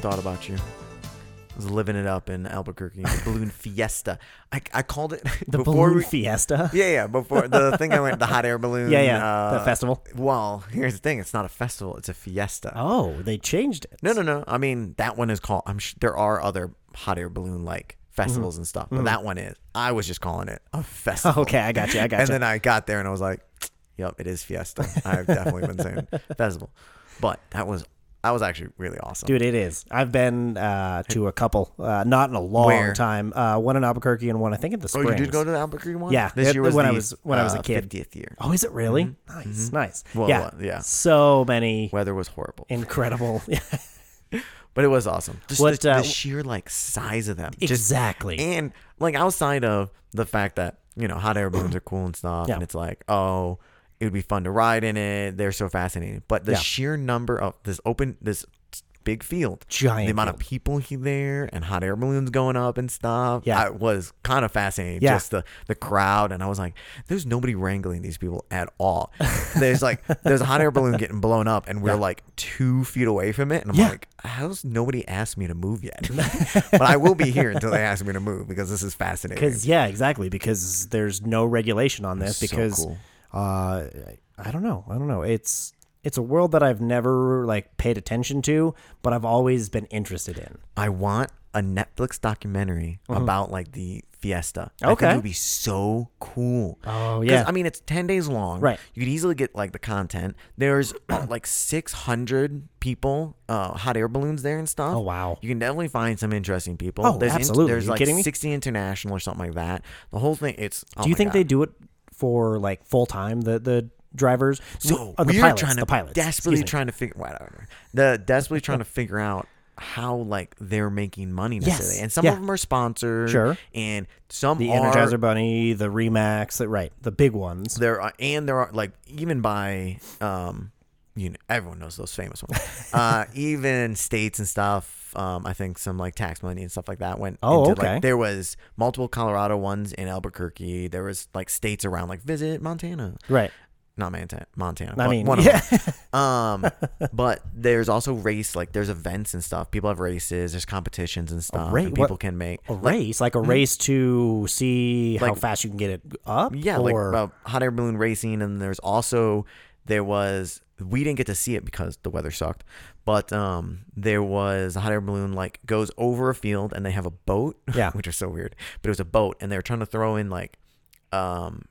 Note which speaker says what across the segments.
Speaker 1: thought about you. I was living it up in Albuquerque. The balloon fiesta. I, I called it
Speaker 2: The
Speaker 1: before
Speaker 2: balloon
Speaker 1: we-
Speaker 2: fiesta.
Speaker 1: Yeah, yeah. Before the thing I went the hot air balloon.
Speaker 2: Yeah, yeah.
Speaker 1: Uh,
Speaker 2: the festival.
Speaker 1: Well, here's the thing. It's not a festival. It's a fiesta.
Speaker 2: Oh, they changed it.
Speaker 1: No, no, no. I mean, that one is called. I'm sh- there are other hot air balloon like festivals and stuff, but that one is. I was just calling it a festival.
Speaker 2: Mm-hmm. Okay, I got you. I got
Speaker 1: and
Speaker 2: you.
Speaker 1: then I got there and I was like, "Yep, it is Fiesta." I've definitely been saying festival, but that was that was actually really awesome.
Speaker 2: Dude, it is. I've been uh, to a couple, uh, not in a long
Speaker 1: Where?
Speaker 2: time. Uh, one in Albuquerque and one I think in the
Speaker 1: oh,
Speaker 2: Springs.
Speaker 1: you did go to the Albuquerque one?
Speaker 2: Yeah,
Speaker 1: this
Speaker 2: it-
Speaker 1: year was
Speaker 2: when I
Speaker 1: the,
Speaker 2: was- when I was a
Speaker 1: uh,
Speaker 2: kid.
Speaker 1: 50th year.
Speaker 2: Oh, is it really? Nice, nice.
Speaker 1: Mm-hmm. Well,
Speaker 2: yeah,
Speaker 1: uh, yeah.
Speaker 2: So many
Speaker 1: Weather was horrible,
Speaker 2: incredible.
Speaker 1: but it was awesome. Just
Speaker 2: What,
Speaker 1: the,
Speaker 2: uh,
Speaker 1: the sheer like size of them, just
Speaker 2: exactly.
Speaker 1: And like outside of the fact that, you know, hot air balloons are cool and stuff,
Speaker 2: Yeah.
Speaker 1: and it's like, oh, it would be fun to ride in it. They're so fascinating. But the
Speaker 2: Yeah.
Speaker 1: sheer number of this open, this big field,
Speaker 2: Giant
Speaker 1: the amount of people he- there and hot air balloons going up and stuff,
Speaker 2: Yeah.
Speaker 1: I was kind of fascinating.
Speaker 2: Yeah.
Speaker 1: Just the, the crowd. And I was like, there's nobody wrangling these people at all. there's like, there's a hot air balloon getting blown up, and we're like two feet away from it. And I'm
Speaker 2: Yeah.
Speaker 1: like, how's nobody asked me to move yet? but I will be here until they ask me to move because this is fascinating.
Speaker 2: Because yeah, exactly. Because there's no regulation on this.
Speaker 1: So
Speaker 2: because
Speaker 1: cool.
Speaker 2: uh, I don't know. I don't know. It's it's a world that I've never like paid attention to, but I've always been interested in.
Speaker 1: I want a Netflix documentary about like the fiesta. I think
Speaker 2: Uh-huh. Okay.
Speaker 1: it would be so cool.
Speaker 2: Oh,
Speaker 1: 'Cause,
Speaker 2: yeah.
Speaker 1: I mean, it's 10 days long.
Speaker 2: Right.
Speaker 1: You could easily get like the content. There's uh, like 600 people, uh, hot air balloons there and stuff.
Speaker 2: Oh, wow.
Speaker 1: You can definitely find some interesting people.
Speaker 2: Oh,
Speaker 1: there's in-
Speaker 2: absolutely.
Speaker 1: there's
Speaker 2: You
Speaker 1: like
Speaker 2: kidding me?
Speaker 1: 60 international or something like that. The whole thing, it's. oh
Speaker 2: do you
Speaker 1: my
Speaker 2: think
Speaker 1: God.
Speaker 2: they do it for like full time? The the drivers.
Speaker 1: So
Speaker 2: Or oh, the
Speaker 1: we're
Speaker 2: pilots,
Speaker 1: trying to
Speaker 2: the pilots.
Speaker 1: desperately
Speaker 2: excuse me.
Speaker 1: trying to figure whatever. The desperately trying to figure out how like they're making money necessarily.
Speaker 2: Yes,
Speaker 1: And some
Speaker 2: yeah.
Speaker 1: of them are sponsored.
Speaker 2: Sure.
Speaker 1: And some
Speaker 2: the
Speaker 1: are
Speaker 2: Energizer Bunny, the Remax, the- right, the big ones.
Speaker 1: there are and there are like even by um you know everyone knows those famous ones. uh even states and stuff. Um, I think some like tax money and stuff like that went.
Speaker 2: Oh,
Speaker 1: into,
Speaker 2: okay.
Speaker 1: Like, there was multiple Colorado ones in Albuquerque. There was like states around, like visit Montana,
Speaker 2: Right.
Speaker 1: not Montana, Montana.
Speaker 2: I
Speaker 1: but
Speaker 2: mean,
Speaker 1: one of
Speaker 2: yeah.
Speaker 1: um, but there's also race, like there's events and stuff. People have races, there's competitions and stuff.
Speaker 2: ra-
Speaker 1: and
Speaker 2: what-
Speaker 1: people can make
Speaker 2: a race, like a race to see how
Speaker 1: mm-hmm. Like-
Speaker 2: fast you can get it up.
Speaker 1: yeah, like
Speaker 2: or,
Speaker 1: uh, hot air balloon racing. And there's also there was we didn't get to see it because the weather sucked, but um, there was a hot air balloon like goes over a field and they have a boat,
Speaker 2: Yeah.
Speaker 1: which is so weird. But it was a boat and they were trying to throw in like, um,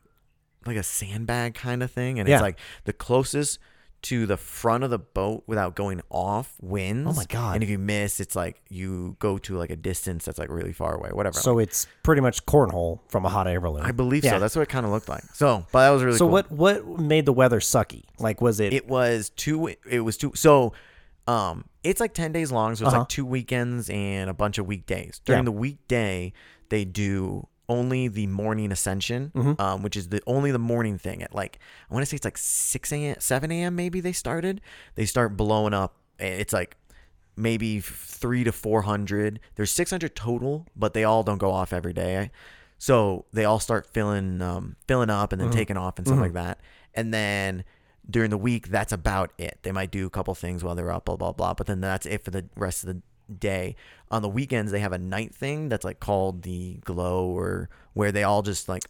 Speaker 1: like a sandbag kind of thing, and
Speaker 2: Yeah.
Speaker 1: it's like the closest. To the front of the boat without going off wins.
Speaker 2: Oh my God.
Speaker 1: And if you miss, it's like you go to like a distance that's like really far away. Whatever.
Speaker 2: so it's pretty much cornhole from a hot air balloon.
Speaker 1: I believe
Speaker 2: Yeah.
Speaker 1: so. That's what it kind of looked like. So, but that was really
Speaker 2: so
Speaker 1: cool.
Speaker 2: what what made the weather sucky? Like was it,
Speaker 1: it was two it was two so um it's like 10 days long so it's
Speaker 2: Uh-huh.
Speaker 1: like two weekends and a bunch of weekdays during
Speaker 2: Yeah.
Speaker 1: the weekday they do only the morning ascension
Speaker 2: Mm-hmm.
Speaker 1: um, which is the only the morning thing at like i want to say it's like 6 a.m 7 a.m maybe they started they start blowing up and it's like maybe three to 400 there's 600 total but they all don't go off every day so they all start filling um, filling up and then
Speaker 2: Mm-hmm.
Speaker 1: taking off and stuff like that and then during the week that's about it they might do a couple things while they're up blah blah blah but then that's it for the rest of the day on the weekends they have a night thing that's like called the glow or where they all just like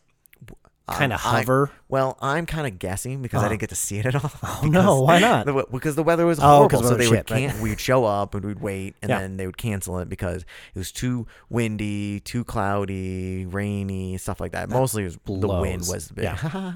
Speaker 1: I'm-
Speaker 2: Kinda
Speaker 1: I'm-
Speaker 2: hover? Uh-huh.
Speaker 1: well i'm kind of guessing because i didn't get to see it at all oh
Speaker 2: no, why not?
Speaker 1: the, because the weather was
Speaker 2: Oh,
Speaker 1: horrible
Speaker 2: 'cause
Speaker 1: so
Speaker 2: weather
Speaker 1: they would
Speaker 2: shit, right.
Speaker 1: can't we'd show up and we'd wait and
Speaker 2: Yeah.
Speaker 1: then they would cancel it because it was too windy, too cloudy, rainy, stuff like that. Mostly it was the wind
Speaker 2: blows.
Speaker 1: was the big.
Speaker 2: Yeah.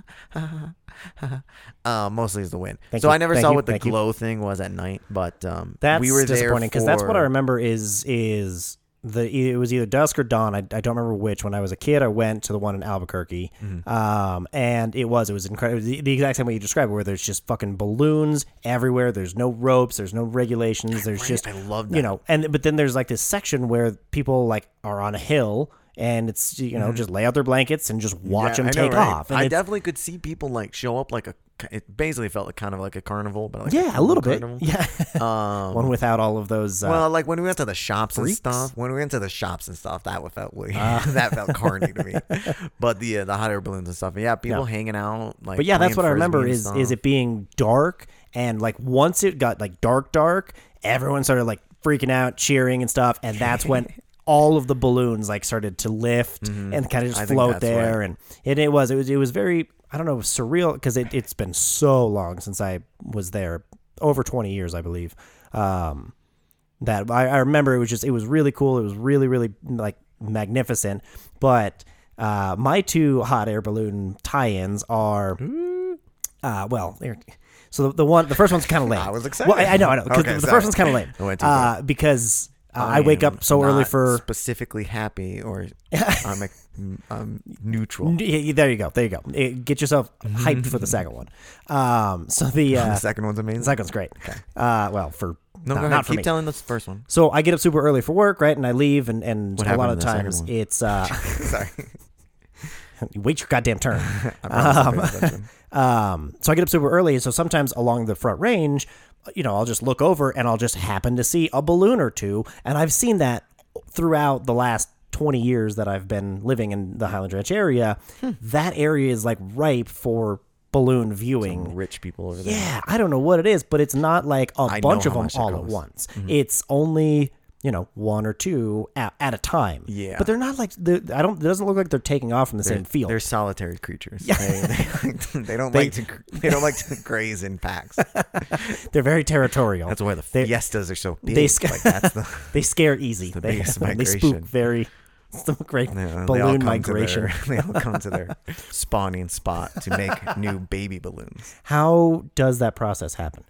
Speaker 1: uh, mostly it was the wind.
Speaker 2: Thank
Speaker 1: so
Speaker 2: you,
Speaker 1: I never
Speaker 2: thank
Speaker 1: saw
Speaker 2: you,
Speaker 1: what the
Speaker 2: thank you.
Speaker 1: glow thing was at night, but um,
Speaker 2: that's
Speaker 1: we were there
Speaker 2: disappointing because that's what I
Speaker 1: for-
Speaker 2: remember is is the e, it was either dusk or dawn. I, I don't remember which. When I was a kid, I went to the one in Albuquerque,
Speaker 1: Mm-hmm.
Speaker 2: um, and it was it was incredible. The, the exact same way you described, it, where there's just fucking balloons everywhere. There's no ropes. There's no regulations. There's
Speaker 1: Right,
Speaker 2: just
Speaker 1: I love
Speaker 2: you
Speaker 1: that.
Speaker 2: know. And but then there's like this section where people like are on a hill. And it's you know just lay out their blankets and just watch
Speaker 1: Mm-hmm. Yeah, I
Speaker 2: them
Speaker 1: know,
Speaker 2: take
Speaker 1: right?
Speaker 2: off. And
Speaker 1: I
Speaker 2: it's-
Speaker 1: definitely could see people like show up like a. It basically felt like kind of like a carnival, but like
Speaker 2: yeah, a
Speaker 1: cool
Speaker 2: little bit.
Speaker 1: carnival.
Speaker 2: Yeah,
Speaker 1: Um,
Speaker 2: one without all of those. Uh,
Speaker 1: Well, like when we went to the shops
Speaker 2: freaks? Ah.
Speaker 1: and stuff. When we went to the shops and stuff, that would felt weird. that felt carny to me. But the uh, the hot air balloons and stuff. Yeah, people hanging out. Like,
Speaker 2: But yeah, that's
Speaker 1: playing
Speaker 2: what
Speaker 1: Frisbee
Speaker 2: I remember
Speaker 1: and
Speaker 2: is
Speaker 1: stuff.
Speaker 2: is it being dark and like once it got like dark dark, everyone started like freaking out, cheering and stuff, and that's when all of the balloons like started to lift and kind of
Speaker 1: Mm-hmm.
Speaker 2: just
Speaker 1: I think
Speaker 2: float
Speaker 1: that's
Speaker 2: there,
Speaker 1: right.
Speaker 2: and and it was it was it was very I don't know surreal because it it's been so long since I was there over twenty years I believe. Um, that I, I remember it was just it was really cool it was really really like magnificent but uh, my two hot air balloon tie-ins are
Speaker 1: Mm.
Speaker 2: uh, well they're- so the, the one the first one's kind of lame
Speaker 1: was
Speaker 2: well, I, I know I know 'cause
Speaker 1: Okay,
Speaker 2: the, the
Speaker 1: sorry.
Speaker 2: first one's kind of lame
Speaker 1: I went too far.
Speaker 2: uh, because uh, I, wake
Speaker 1: am
Speaker 2: up so early
Speaker 1: not
Speaker 2: for
Speaker 1: specifically happy or I'm, a, I'm neutral.
Speaker 2: Yeah, yeah, there you go there you go Eh, get yourself hyped for the second one um, so the, uh,
Speaker 1: the second one's amazing.
Speaker 2: the second one's great uh, well for
Speaker 1: no,
Speaker 2: not,
Speaker 1: go ahead.
Speaker 2: not for
Speaker 1: Keep
Speaker 2: me.
Speaker 1: telling us the first one.
Speaker 2: So I get up super early for work, right? And I leave, and, and
Speaker 1: What
Speaker 2: a
Speaker 1: happened
Speaker 2: lot of
Speaker 1: in the second
Speaker 2: times
Speaker 1: one?
Speaker 2: it's uh,
Speaker 1: Sorry.
Speaker 2: wait your goddamn turn.
Speaker 1: I promise I'll pay attention.
Speaker 2: um, so I get up super early, so sometimes along the front range, you know, I'll just look over and I'll just happen to see a balloon or two, and I've seen that throughout the last. 20 years that I've been living in the Highland Ranch area,
Speaker 1: Hmm.
Speaker 2: that area is like ripe for balloon viewing.
Speaker 1: Rich people over there.
Speaker 2: Yeah, I don't know what it is, but it's not like a
Speaker 1: know
Speaker 2: bunch of
Speaker 1: how
Speaker 2: them
Speaker 1: much it
Speaker 2: all at
Speaker 1: goes. Mm-hmm.
Speaker 2: once. It's only you know one or two at, at a time.
Speaker 1: Yeah.
Speaker 2: but they're not like they're, I don't. It doesn't look like they're taking off from the same field.
Speaker 1: They're solitary creatures. They, they, they don't like to gr- they don't like to graze in packs.
Speaker 2: They're very territorial.
Speaker 1: That's why the
Speaker 2: They-
Speaker 1: fiestas are so big.
Speaker 2: they sc-
Speaker 1: like that's the
Speaker 2: they scare easy.
Speaker 1: the
Speaker 2: they,
Speaker 1: biggest
Speaker 2: they spook
Speaker 1: migration.
Speaker 2: very. It's the great
Speaker 1: you know, they all come
Speaker 2: balloon
Speaker 1: to
Speaker 2: migration.
Speaker 1: their- they all come to their spawning spot to make new baby balloons.
Speaker 2: How does that process happen?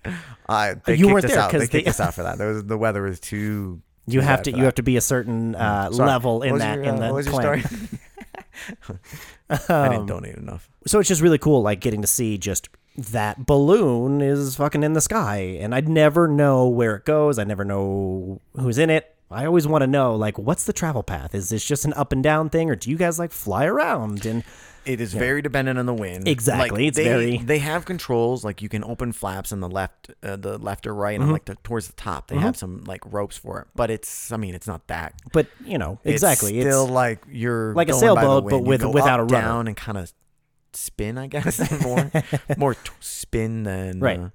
Speaker 1: Uh, they kicked
Speaker 2: you weren't
Speaker 1: us
Speaker 2: there
Speaker 1: out. They
Speaker 2: 'cause
Speaker 1: kicked
Speaker 2: they-
Speaker 1: us out for that. There was, the weather was too. too
Speaker 2: You have
Speaker 1: bad
Speaker 2: to
Speaker 1: for that.
Speaker 2: you
Speaker 1: Mm,
Speaker 2: have to be a certain uh,
Speaker 1: Sorry.
Speaker 2: level in
Speaker 1: What was
Speaker 2: that
Speaker 1: your,
Speaker 2: in
Speaker 1: uh,
Speaker 2: that
Speaker 1: what was your
Speaker 2: clan.
Speaker 1: story? I didn't donate enough.
Speaker 2: so it's just really cool like getting to see just that balloon is fucking in the sky and i'd never know where it goes i never know who's in it i always want to know like what's the travel path is this just an up and down thing or do you guys like fly around and
Speaker 1: It is very dependent on the wind.
Speaker 2: Exactly,
Speaker 1: Like,
Speaker 2: it's
Speaker 1: they,
Speaker 2: very-
Speaker 1: They have controls like you can open flaps in the left, uh, the left or right, and like the, towards the top. They have some like ropes for it, but it's. I mean, it's not that.
Speaker 2: but you know exactly
Speaker 1: It's
Speaker 2: it's,
Speaker 1: still like you're
Speaker 2: like a
Speaker 1: going by the
Speaker 2: sailboat, but
Speaker 1: wind. You
Speaker 2: with-
Speaker 1: go up,
Speaker 2: without a rudder.
Speaker 1: down and kind of spin. I guess more more t- spin than
Speaker 2: Right.
Speaker 1: uh,
Speaker 2: Uh-huh.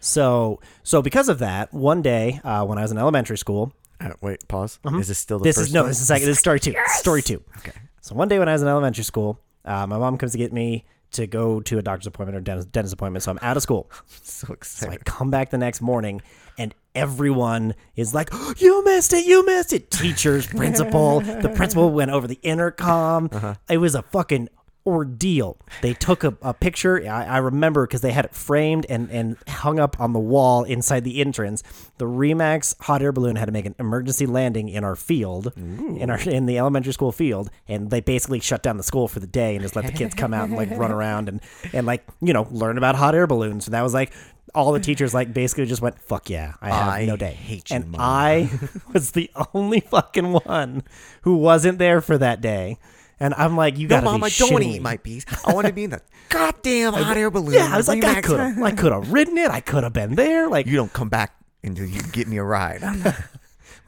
Speaker 2: so so because of that one day uh, when i was in elementary school
Speaker 1: Uh, wait, pause. Is this still the
Speaker 2: Uh-huh. this
Speaker 1: first
Speaker 2: is no
Speaker 1: one?
Speaker 2: this is second this is story two story two okay so one day when i was in elementary school uh, my mom comes to get me to go to a doctor's appointment or dentist, dentist appointment so i'm out of school
Speaker 1: so
Speaker 2: So I
Speaker 1: excited.
Speaker 2: come back the next morning and everyone is like, You missed it, you missed it. Teachers, principal. the principal went over the intercom. It was a fucking ordeal. They took a, a picture. I, I remember because they had it framed and, and hung up on the wall inside the entrance. The Remax hot air balloon had to make an emergency landing in our field, in our in the elementary school field, and they basically shut down the school for the day and just let the kids come out and like run around and and like you know learn about hot air balloons. And that was like all the teachers like basically just went fuck yeah, I have
Speaker 1: I
Speaker 2: no day.
Speaker 1: hate you,
Speaker 2: and
Speaker 1: Mom.
Speaker 2: I was the only fucking one who wasn't there for that day. And I'm like, you
Speaker 1: No,
Speaker 2: gotta
Speaker 1: mom,
Speaker 2: be
Speaker 1: I don't want to
Speaker 2: shitting
Speaker 1: eat
Speaker 2: me.
Speaker 1: my piece. I want to be in the goddamn hot air balloon.
Speaker 2: Yeah, I was like, I
Speaker 1: Remax.
Speaker 2: could have, I could have ridden it. I could have been there. Like,
Speaker 1: You don't come back until you get me a ride.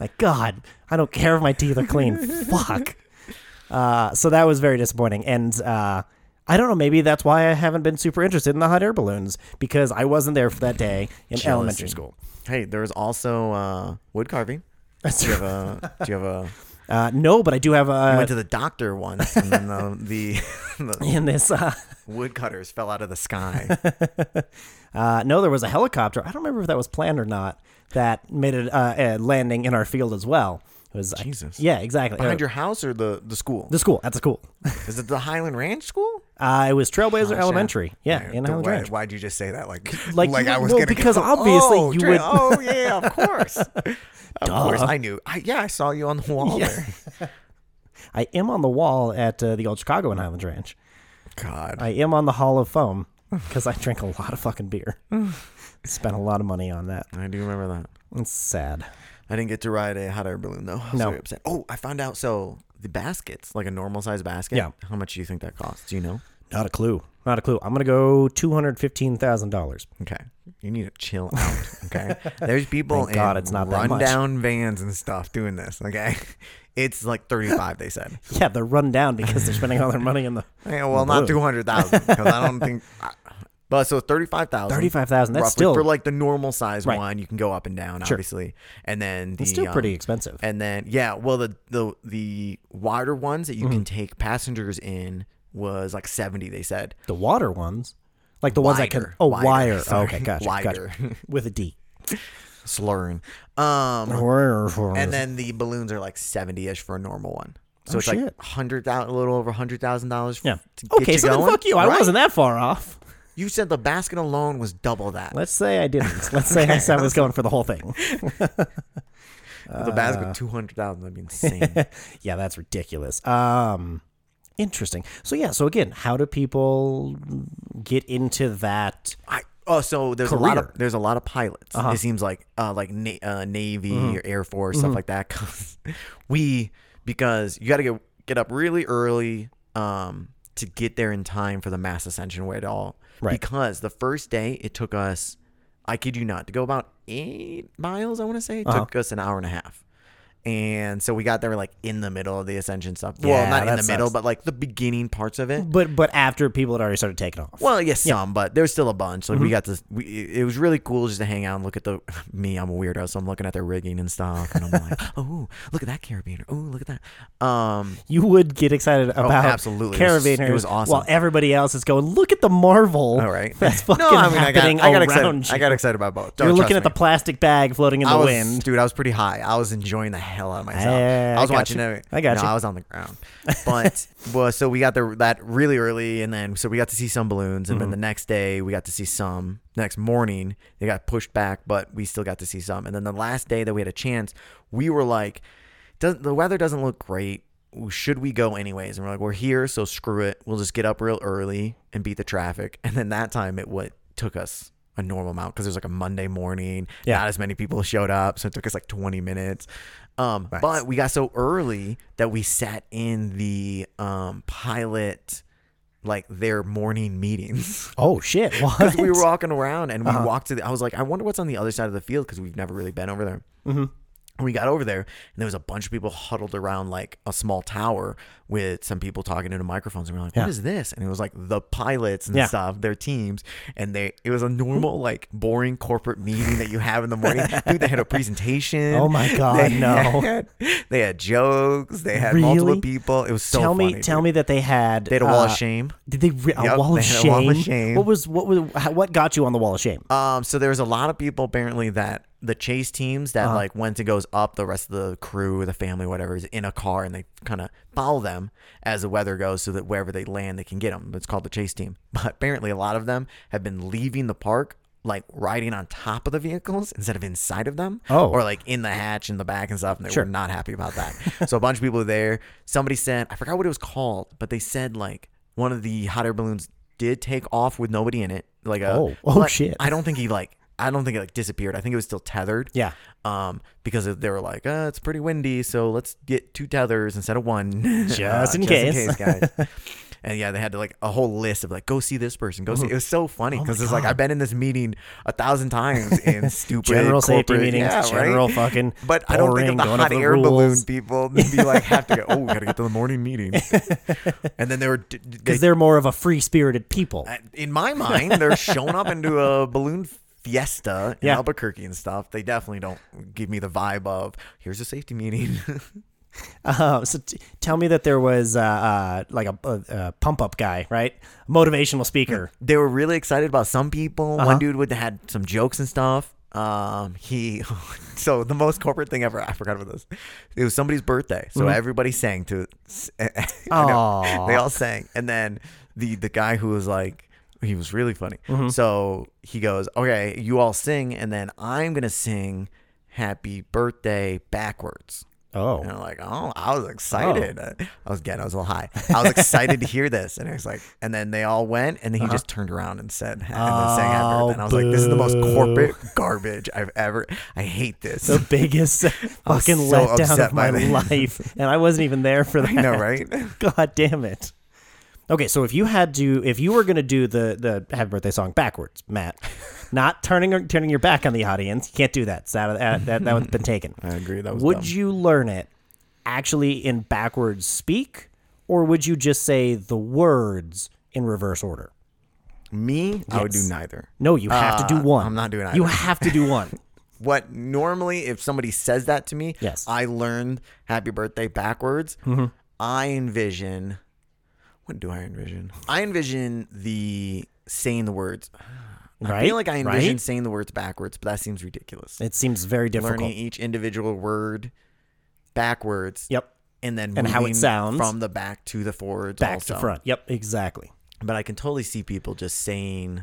Speaker 2: Like, God, I don't care if my teeth are clean. Fuck. Uh, so that was very disappointing. And uh, I don't know, maybe that's why I haven't been super interested in the hot air balloons because I wasn't there for that day in elementary school.
Speaker 1: hey, there was also uh, wood carving. Do you have a? Do you have a?
Speaker 2: Uh, no, but I do have
Speaker 1: I
Speaker 2: a.
Speaker 1: went to the doctor once, and then the the, the
Speaker 2: In this, uh,
Speaker 1: woodcutters fell out of the sky.
Speaker 2: uh, no, there was a helicopter. I don't remember if that was planned or not. That made it uh, a landing in our field as well. It was I-
Speaker 1: Jesus.
Speaker 2: yeah, exactly.
Speaker 1: Behind your house or the the school?
Speaker 2: the school. That's cool.
Speaker 1: Is it the Highland Ranch school?
Speaker 2: Uh, it was Trailblazer
Speaker 1: Gosh,
Speaker 2: Elementary. Yeah, in
Speaker 1: the-
Speaker 2: Highland
Speaker 1: why,
Speaker 2: Ranch.
Speaker 1: Why'd you just say that? Like,
Speaker 2: Like,
Speaker 1: like,
Speaker 2: you
Speaker 1: I
Speaker 2: would-
Speaker 1: was
Speaker 2: well,
Speaker 1: gonna
Speaker 2: because
Speaker 1: go,
Speaker 2: obviously
Speaker 1: oh,
Speaker 2: you
Speaker 1: Dre-
Speaker 2: would-
Speaker 1: Oh yeah, of course. of course, I knew. I, yeah, I saw you on the wall there.
Speaker 2: I am on the wall at uh, the old Chicago in Highland Ranch.
Speaker 1: God,
Speaker 2: I am on the Hall of Foam because I drink a lot of fucking beer. Spent a lot of money on that.
Speaker 1: I do remember that.
Speaker 2: It's sad.
Speaker 1: I didn't get to ride a hot air balloon though. I was
Speaker 2: No.
Speaker 1: very upset. Oh, I found out. So the baskets, like a normal size basket.
Speaker 2: Yeah.
Speaker 1: How much do you think that costs? Do you know?
Speaker 2: Not a clue. Not a clue. I'm gonna go two hundred fifteen thousand dollars.
Speaker 1: Okay. You need to chill out. Okay. There's people
Speaker 2: Thank
Speaker 1: in
Speaker 2: God it's not that much.
Speaker 1: rundown vans and stuff doing this. Okay. It's like 35, they said.
Speaker 2: Yeah, they're run down because they're spending all their money on the.
Speaker 1: Yeah, well, not
Speaker 2: Blue.
Speaker 1: 200,000 because I don't think I, But so 35,000.
Speaker 2: 35,000, that's
Speaker 1: roughly,
Speaker 2: still-
Speaker 1: for like the normal size
Speaker 2: Right.
Speaker 1: one. You can go up and down, obviously. And then the
Speaker 2: It's still
Speaker 1: um,
Speaker 2: pretty expensive.
Speaker 1: And then yeah, well the the the wider ones that you
Speaker 2: Mm-hmm.
Speaker 1: can take passengers in was like 70 they said.
Speaker 2: the water ones, like the ones that can.
Speaker 1: Wider,
Speaker 2: Oh,
Speaker 1: wider,
Speaker 2: wire.
Speaker 1: sorry.
Speaker 2: okay, gotcha.
Speaker 1: Wider.
Speaker 2: Gotcha. With a D.
Speaker 1: Slurring. Um
Speaker 2: and
Speaker 1: and then the balloons are like 70ish for a normal one. So
Speaker 2: Oh,
Speaker 1: it's
Speaker 2: shit.
Speaker 1: like hundred thousand, a little over hundred thousand dollars.
Speaker 2: yeah.
Speaker 1: To get
Speaker 2: Okay,
Speaker 1: you
Speaker 2: so
Speaker 1: going.
Speaker 2: then fuck you. I
Speaker 1: Right?
Speaker 2: wasn't that far off.
Speaker 1: You said the basket alone was double that.
Speaker 2: Let's say I didn't. Let's say I said I was going for the whole thing. Uh,
Speaker 1: the basket two hundred thousand. That'd be insane.
Speaker 2: yeah, that's ridiculous. Um, interesting. So yeah. So again, how do people get into that?
Speaker 1: I oh so there's a lot of
Speaker 2: Career. Uh-huh.
Speaker 1: there's a lot of pilots. It seems like uh like na- uh, navy
Speaker 2: Mm-hmm.
Speaker 1: or air force stuff like that. 'Cause we because you got to get get up really early um to get there in time for the mass ascension where it all
Speaker 2: Right.
Speaker 1: because the first day it took us I kid you not to go about eight miles I want to say
Speaker 2: Uh-huh.
Speaker 1: it took us an hour and a half. And so we got there like in the middle of the ascension stuff. well,
Speaker 2: Yeah,
Speaker 1: not in
Speaker 2: that
Speaker 1: the middle,
Speaker 2: sucks.
Speaker 1: but like the beginning parts of it.
Speaker 2: But but after people had already started taking off.
Speaker 1: Well, yes, some, but there's still a bunch.
Speaker 2: Mm-hmm.
Speaker 1: Like we got this. We, it was really cool just to hang out and look at the. Me, I'm a weirdo, so I'm looking at their rigging and stuff, and I'm like, oh, look at that carabiner. Oh, look at that. Um,
Speaker 2: you would get excited about
Speaker 1: Oh, absolutely. It was-
Speaker 2: carabiners.
Speaker 1: it was awesome.
Speaker 2: While everybody else is going, look at the marvel.
Speaker 1: all right.
Speaker 2: that's fucking happening
Speaker 1: I got, I got
Speaker 2: around
Speaker 1: excited. I
Speaker 2: you.
Speaker 1: got excited about both. Don't
Speaker 2: You're
Speaker 1: trust
Speaker 2: looking at
Speaker 1: me.
Speaker 2: the plastic bag floating in the
Speaker 1: I was,
Speaker 2: wind.
Speaker 1: dude. I was pretty high. I was enjoying the hell out of myself.
Speaker 2: Yeah,
Speaker 1: I was
Speaker 2: I got
Speaker 1: watching
Speaker 2: you.
Speaker 1: every-
Speaker 2: I got
Speaker 1: no,
Speaker 2: you.
Speaker 1: I was on the ground, but well, so we got there that really early, and then so we got to see some balloons,
Speaker 2: Mm-hmm.
Speaker 1: and then the next day we got to see some. Next morning they got pushed back, but we still got to see some. And then the last day that we had a chance, we were like, does, "The weather doesn't look great." Should we go anyways? And we're like, we're here, so screw it. We'll just get up real early and beat the traffic. And then that time, it what took us a normal amount because it was like a Monday morning.
Speaker 2: Yeah.
Speaker 1: Not as many people showed up, so it took us like 20 minutes. Um, But we got so early that we sat in the um, pilot, like their morning meetings.
Speaker 2: oh shit! What?
Speaker 1: Because we were walking around and we
Speaker 2: Uh-huh.
Speaker 1: walked to the, I was like, I wonder what's on the other side of the field because we've never really been over there. Mm-hmm. We got over there and there was a bunch of people huddled around like a small tower with some people talking into microphones. And we are like, what is this? And it was like the pilots and
Speaker 2: Yeah.
Speaker 1: stuff, their teams. And they, it was a normal, like boring corporate meeting that you have in the morning. Dude, they had a presentation.
Speaker 2: Oh my God,
Speaker 1: They
Speaker 2: no.
Speaker 1: had- they had jokes. They had multiple
Speaker 2: Really?
Speaker 1: people. It was so
Speaker 2: tell me,
Speaker 1: funny,
Speaker 2: tell
Speaker 1: dude.
Speaker 2: me uh, that they had.
Speaker 1: They had a wall of shame.
Speaker 2: Did they re-
Speaker 1: Yep,
Speaker 2: a, wall
Speaker 1: they
Speaker 2: of
Speaker 1: had a wall of shame.
Speaker 2: shame? What was what was how- what got you on the wall of shame?
Speaker 1: Um, so there was a lot of people apparently that the chase teams that
Speaker 2: Uh-huh.
Speaker 1: like once it goes up, the rest of the crew, the family, whatever, is in a car and they kind of follow them as the weather goes, so that wherever they land, they can get them. It's called the chase team. But apparently, a lot of them have been leaving the park. Like riding on top of the vehicles instead of inside of them,
Speaker 2: Oh.
Speaker 1: or like in the hatch in the back and stuff, and they
Speaker 2: Sure.
Speaker 1: were not happy about that. so a bunch of people were there. Somebody said I forgot what it was called, but they said like one of the hot air balloons did take off with nobody in it, like a
Speaker 2: Oh. Oh,
Speaker 1: but
Speaker 2: shit.
Speaker 1: I don't think he like. I don't think it like disappeared. I think it was still tethered.
Speaker 2: Yeah.
Speaker 1: Um, because they were like, uh, it's pretty windy, so let's get two tethers instead of one, Uh, just,
Speaker 2: in case.
Speaker 1: guys. and yeah, they had to like a whole list of like, go see this person, go see. It was so
Speaker 2: Oh
Speaker 1: funny because it's like I've been in this meeting a thousand times in stupid
Speaker 2: General safety
Speaker 1: corporate-
Speaker 2: meetings,
Speaker 1: yeah, right?
Speaker 2: general fucking.
Speaker 1: But I don't think
Speaker 2: boring,
Speaker 1: of the
Speaker 2: going
Speaker 1: hot
Speaker 2: over the
Speaker 1: air balloon
Speaker 2: rules.
Speaker 1: people to be like have to go. Oh, we gotta get to the morning meeting, and then they were d- d- they
Speaker 2: because they're more of a free spirited people.
Speaker 1: I- in my mind, they're showing up into a balloon fiesta in
Speaker 2: Yeah.
Speaker 1: Albuquerque and stuff. They definitely don't give me the vibe of here's a safety meeting.
Speaker 2: Uh, so t- tell me that there was uh, uh, like a, a, a pump up guy, right? Motivational speaker.
Speaker 1: they were really excited about some people. One dude would had some jokes and stuff. Um, he so the most corporate thing ever. I forgot about this. It was somebody's birthday, so everybody sang to. I know.
Speaker 2: Aw.
Speaker 1: they all sang, and then the the guy who was like. He was really funny. So he goes, "Okay, you all sing, and then I'm gonna sing Happy Birthday backwards."
Speaker 2: Oh,
Speaker 1: And I'm like, oh, I was excited. I was getting, I was a little high. I was excited to hear this. And it was like, and then they all went, and then he just turned around and said, and then sang after.
Speaker 2: Oh,
Speaker 1: And I was like, this is the most
Speaker 2: boo.
Speaker 1: corporate garbage I've ever. I hate this.
Speaker 2: the biggest
Speaker 1: was
Speaker 2: fucking
Speaker 1: so
Speaker 2: letdown
Speaker 1: upset
Speaker 2: of
Speaker 1: by
Speaker 2: my
Speaker 1: that.
Speaker 2: life, and I wasn't even there for that.
Speaker 1: know, right?
Speaker 2: God damn it. Okay, so if you had to, if you were gonna do the the Happy Birthday song backwards, Matt, not turning turning your back on the audience, you can't do that. It's out of, that that that one's been taken.
Speaker 1: I agree. That was
Speaker 2: Would
Speaker 1: dumb.
Speaker 2: you learn it actually in backwards speak, or would you just say the words in reverse order?
Speaker 1: Me, I would do
Speaker 2: Yes.
Speaker 1: neither.
Speaker 2: No, you have to do
Speaker 1: Uh,
Speaker 2: one.
Speaker 1: I'm not doing
Speaker 2: You
Speaker 1: either.
Speaker 2: have to do one.
Speaker 1: What normally, if somebody says that to me,
Speaker 2: Yes. Mm-hmm.
Speaker 1: I learned happy birthday backwards. I envision, what do I envision? I envision the saying the words. I
Speaker 2: Right?
Speaker 1: feel like I envision
Speaker 2: Right?
Speaker 1: saying the words backwards, but that seems ridiculous.
Speaker 2: It seems very difficult.
Speaker 1: Learning each individual word backwards.
Speaker 2: Yep.
Speaker 1: And then
Speaker 2: And how it
Speaker 1: moving
Speaker 2: sounds.
Speaker 1: from the back to the forwards
Speaker 2: Back
Speaker 1: also.
Speaker 2: to front. Yep. Exactly.
Speaker 1: But I can totally see people just saying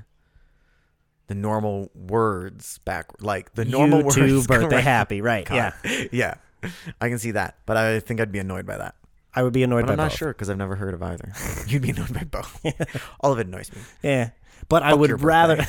Speaker 1: the normal words back, like the normal
Speaker 2: you too,
Speaker 1: words.
Speaker 2: birthday
Speaker 1: correct.
Speaker 2: happy. Right. Yeah.
Speaker 1: Yeah, yeah, I can see that, but I think I'd be annoyed by that.
Speaker 2: I would be annoyed
Speaker 1: But
Speaker 2: by
Speaker 1: I'm not
Speaker 2: both.
Speaker 1: sure because I've never heard of either. You'd be annoyed by both. All of it annoys me.
Speaker 2: Yeah. But I
Speaker 1: your
Speaker 2: would
Speaker 1: birthday.
Speaker 2: rather.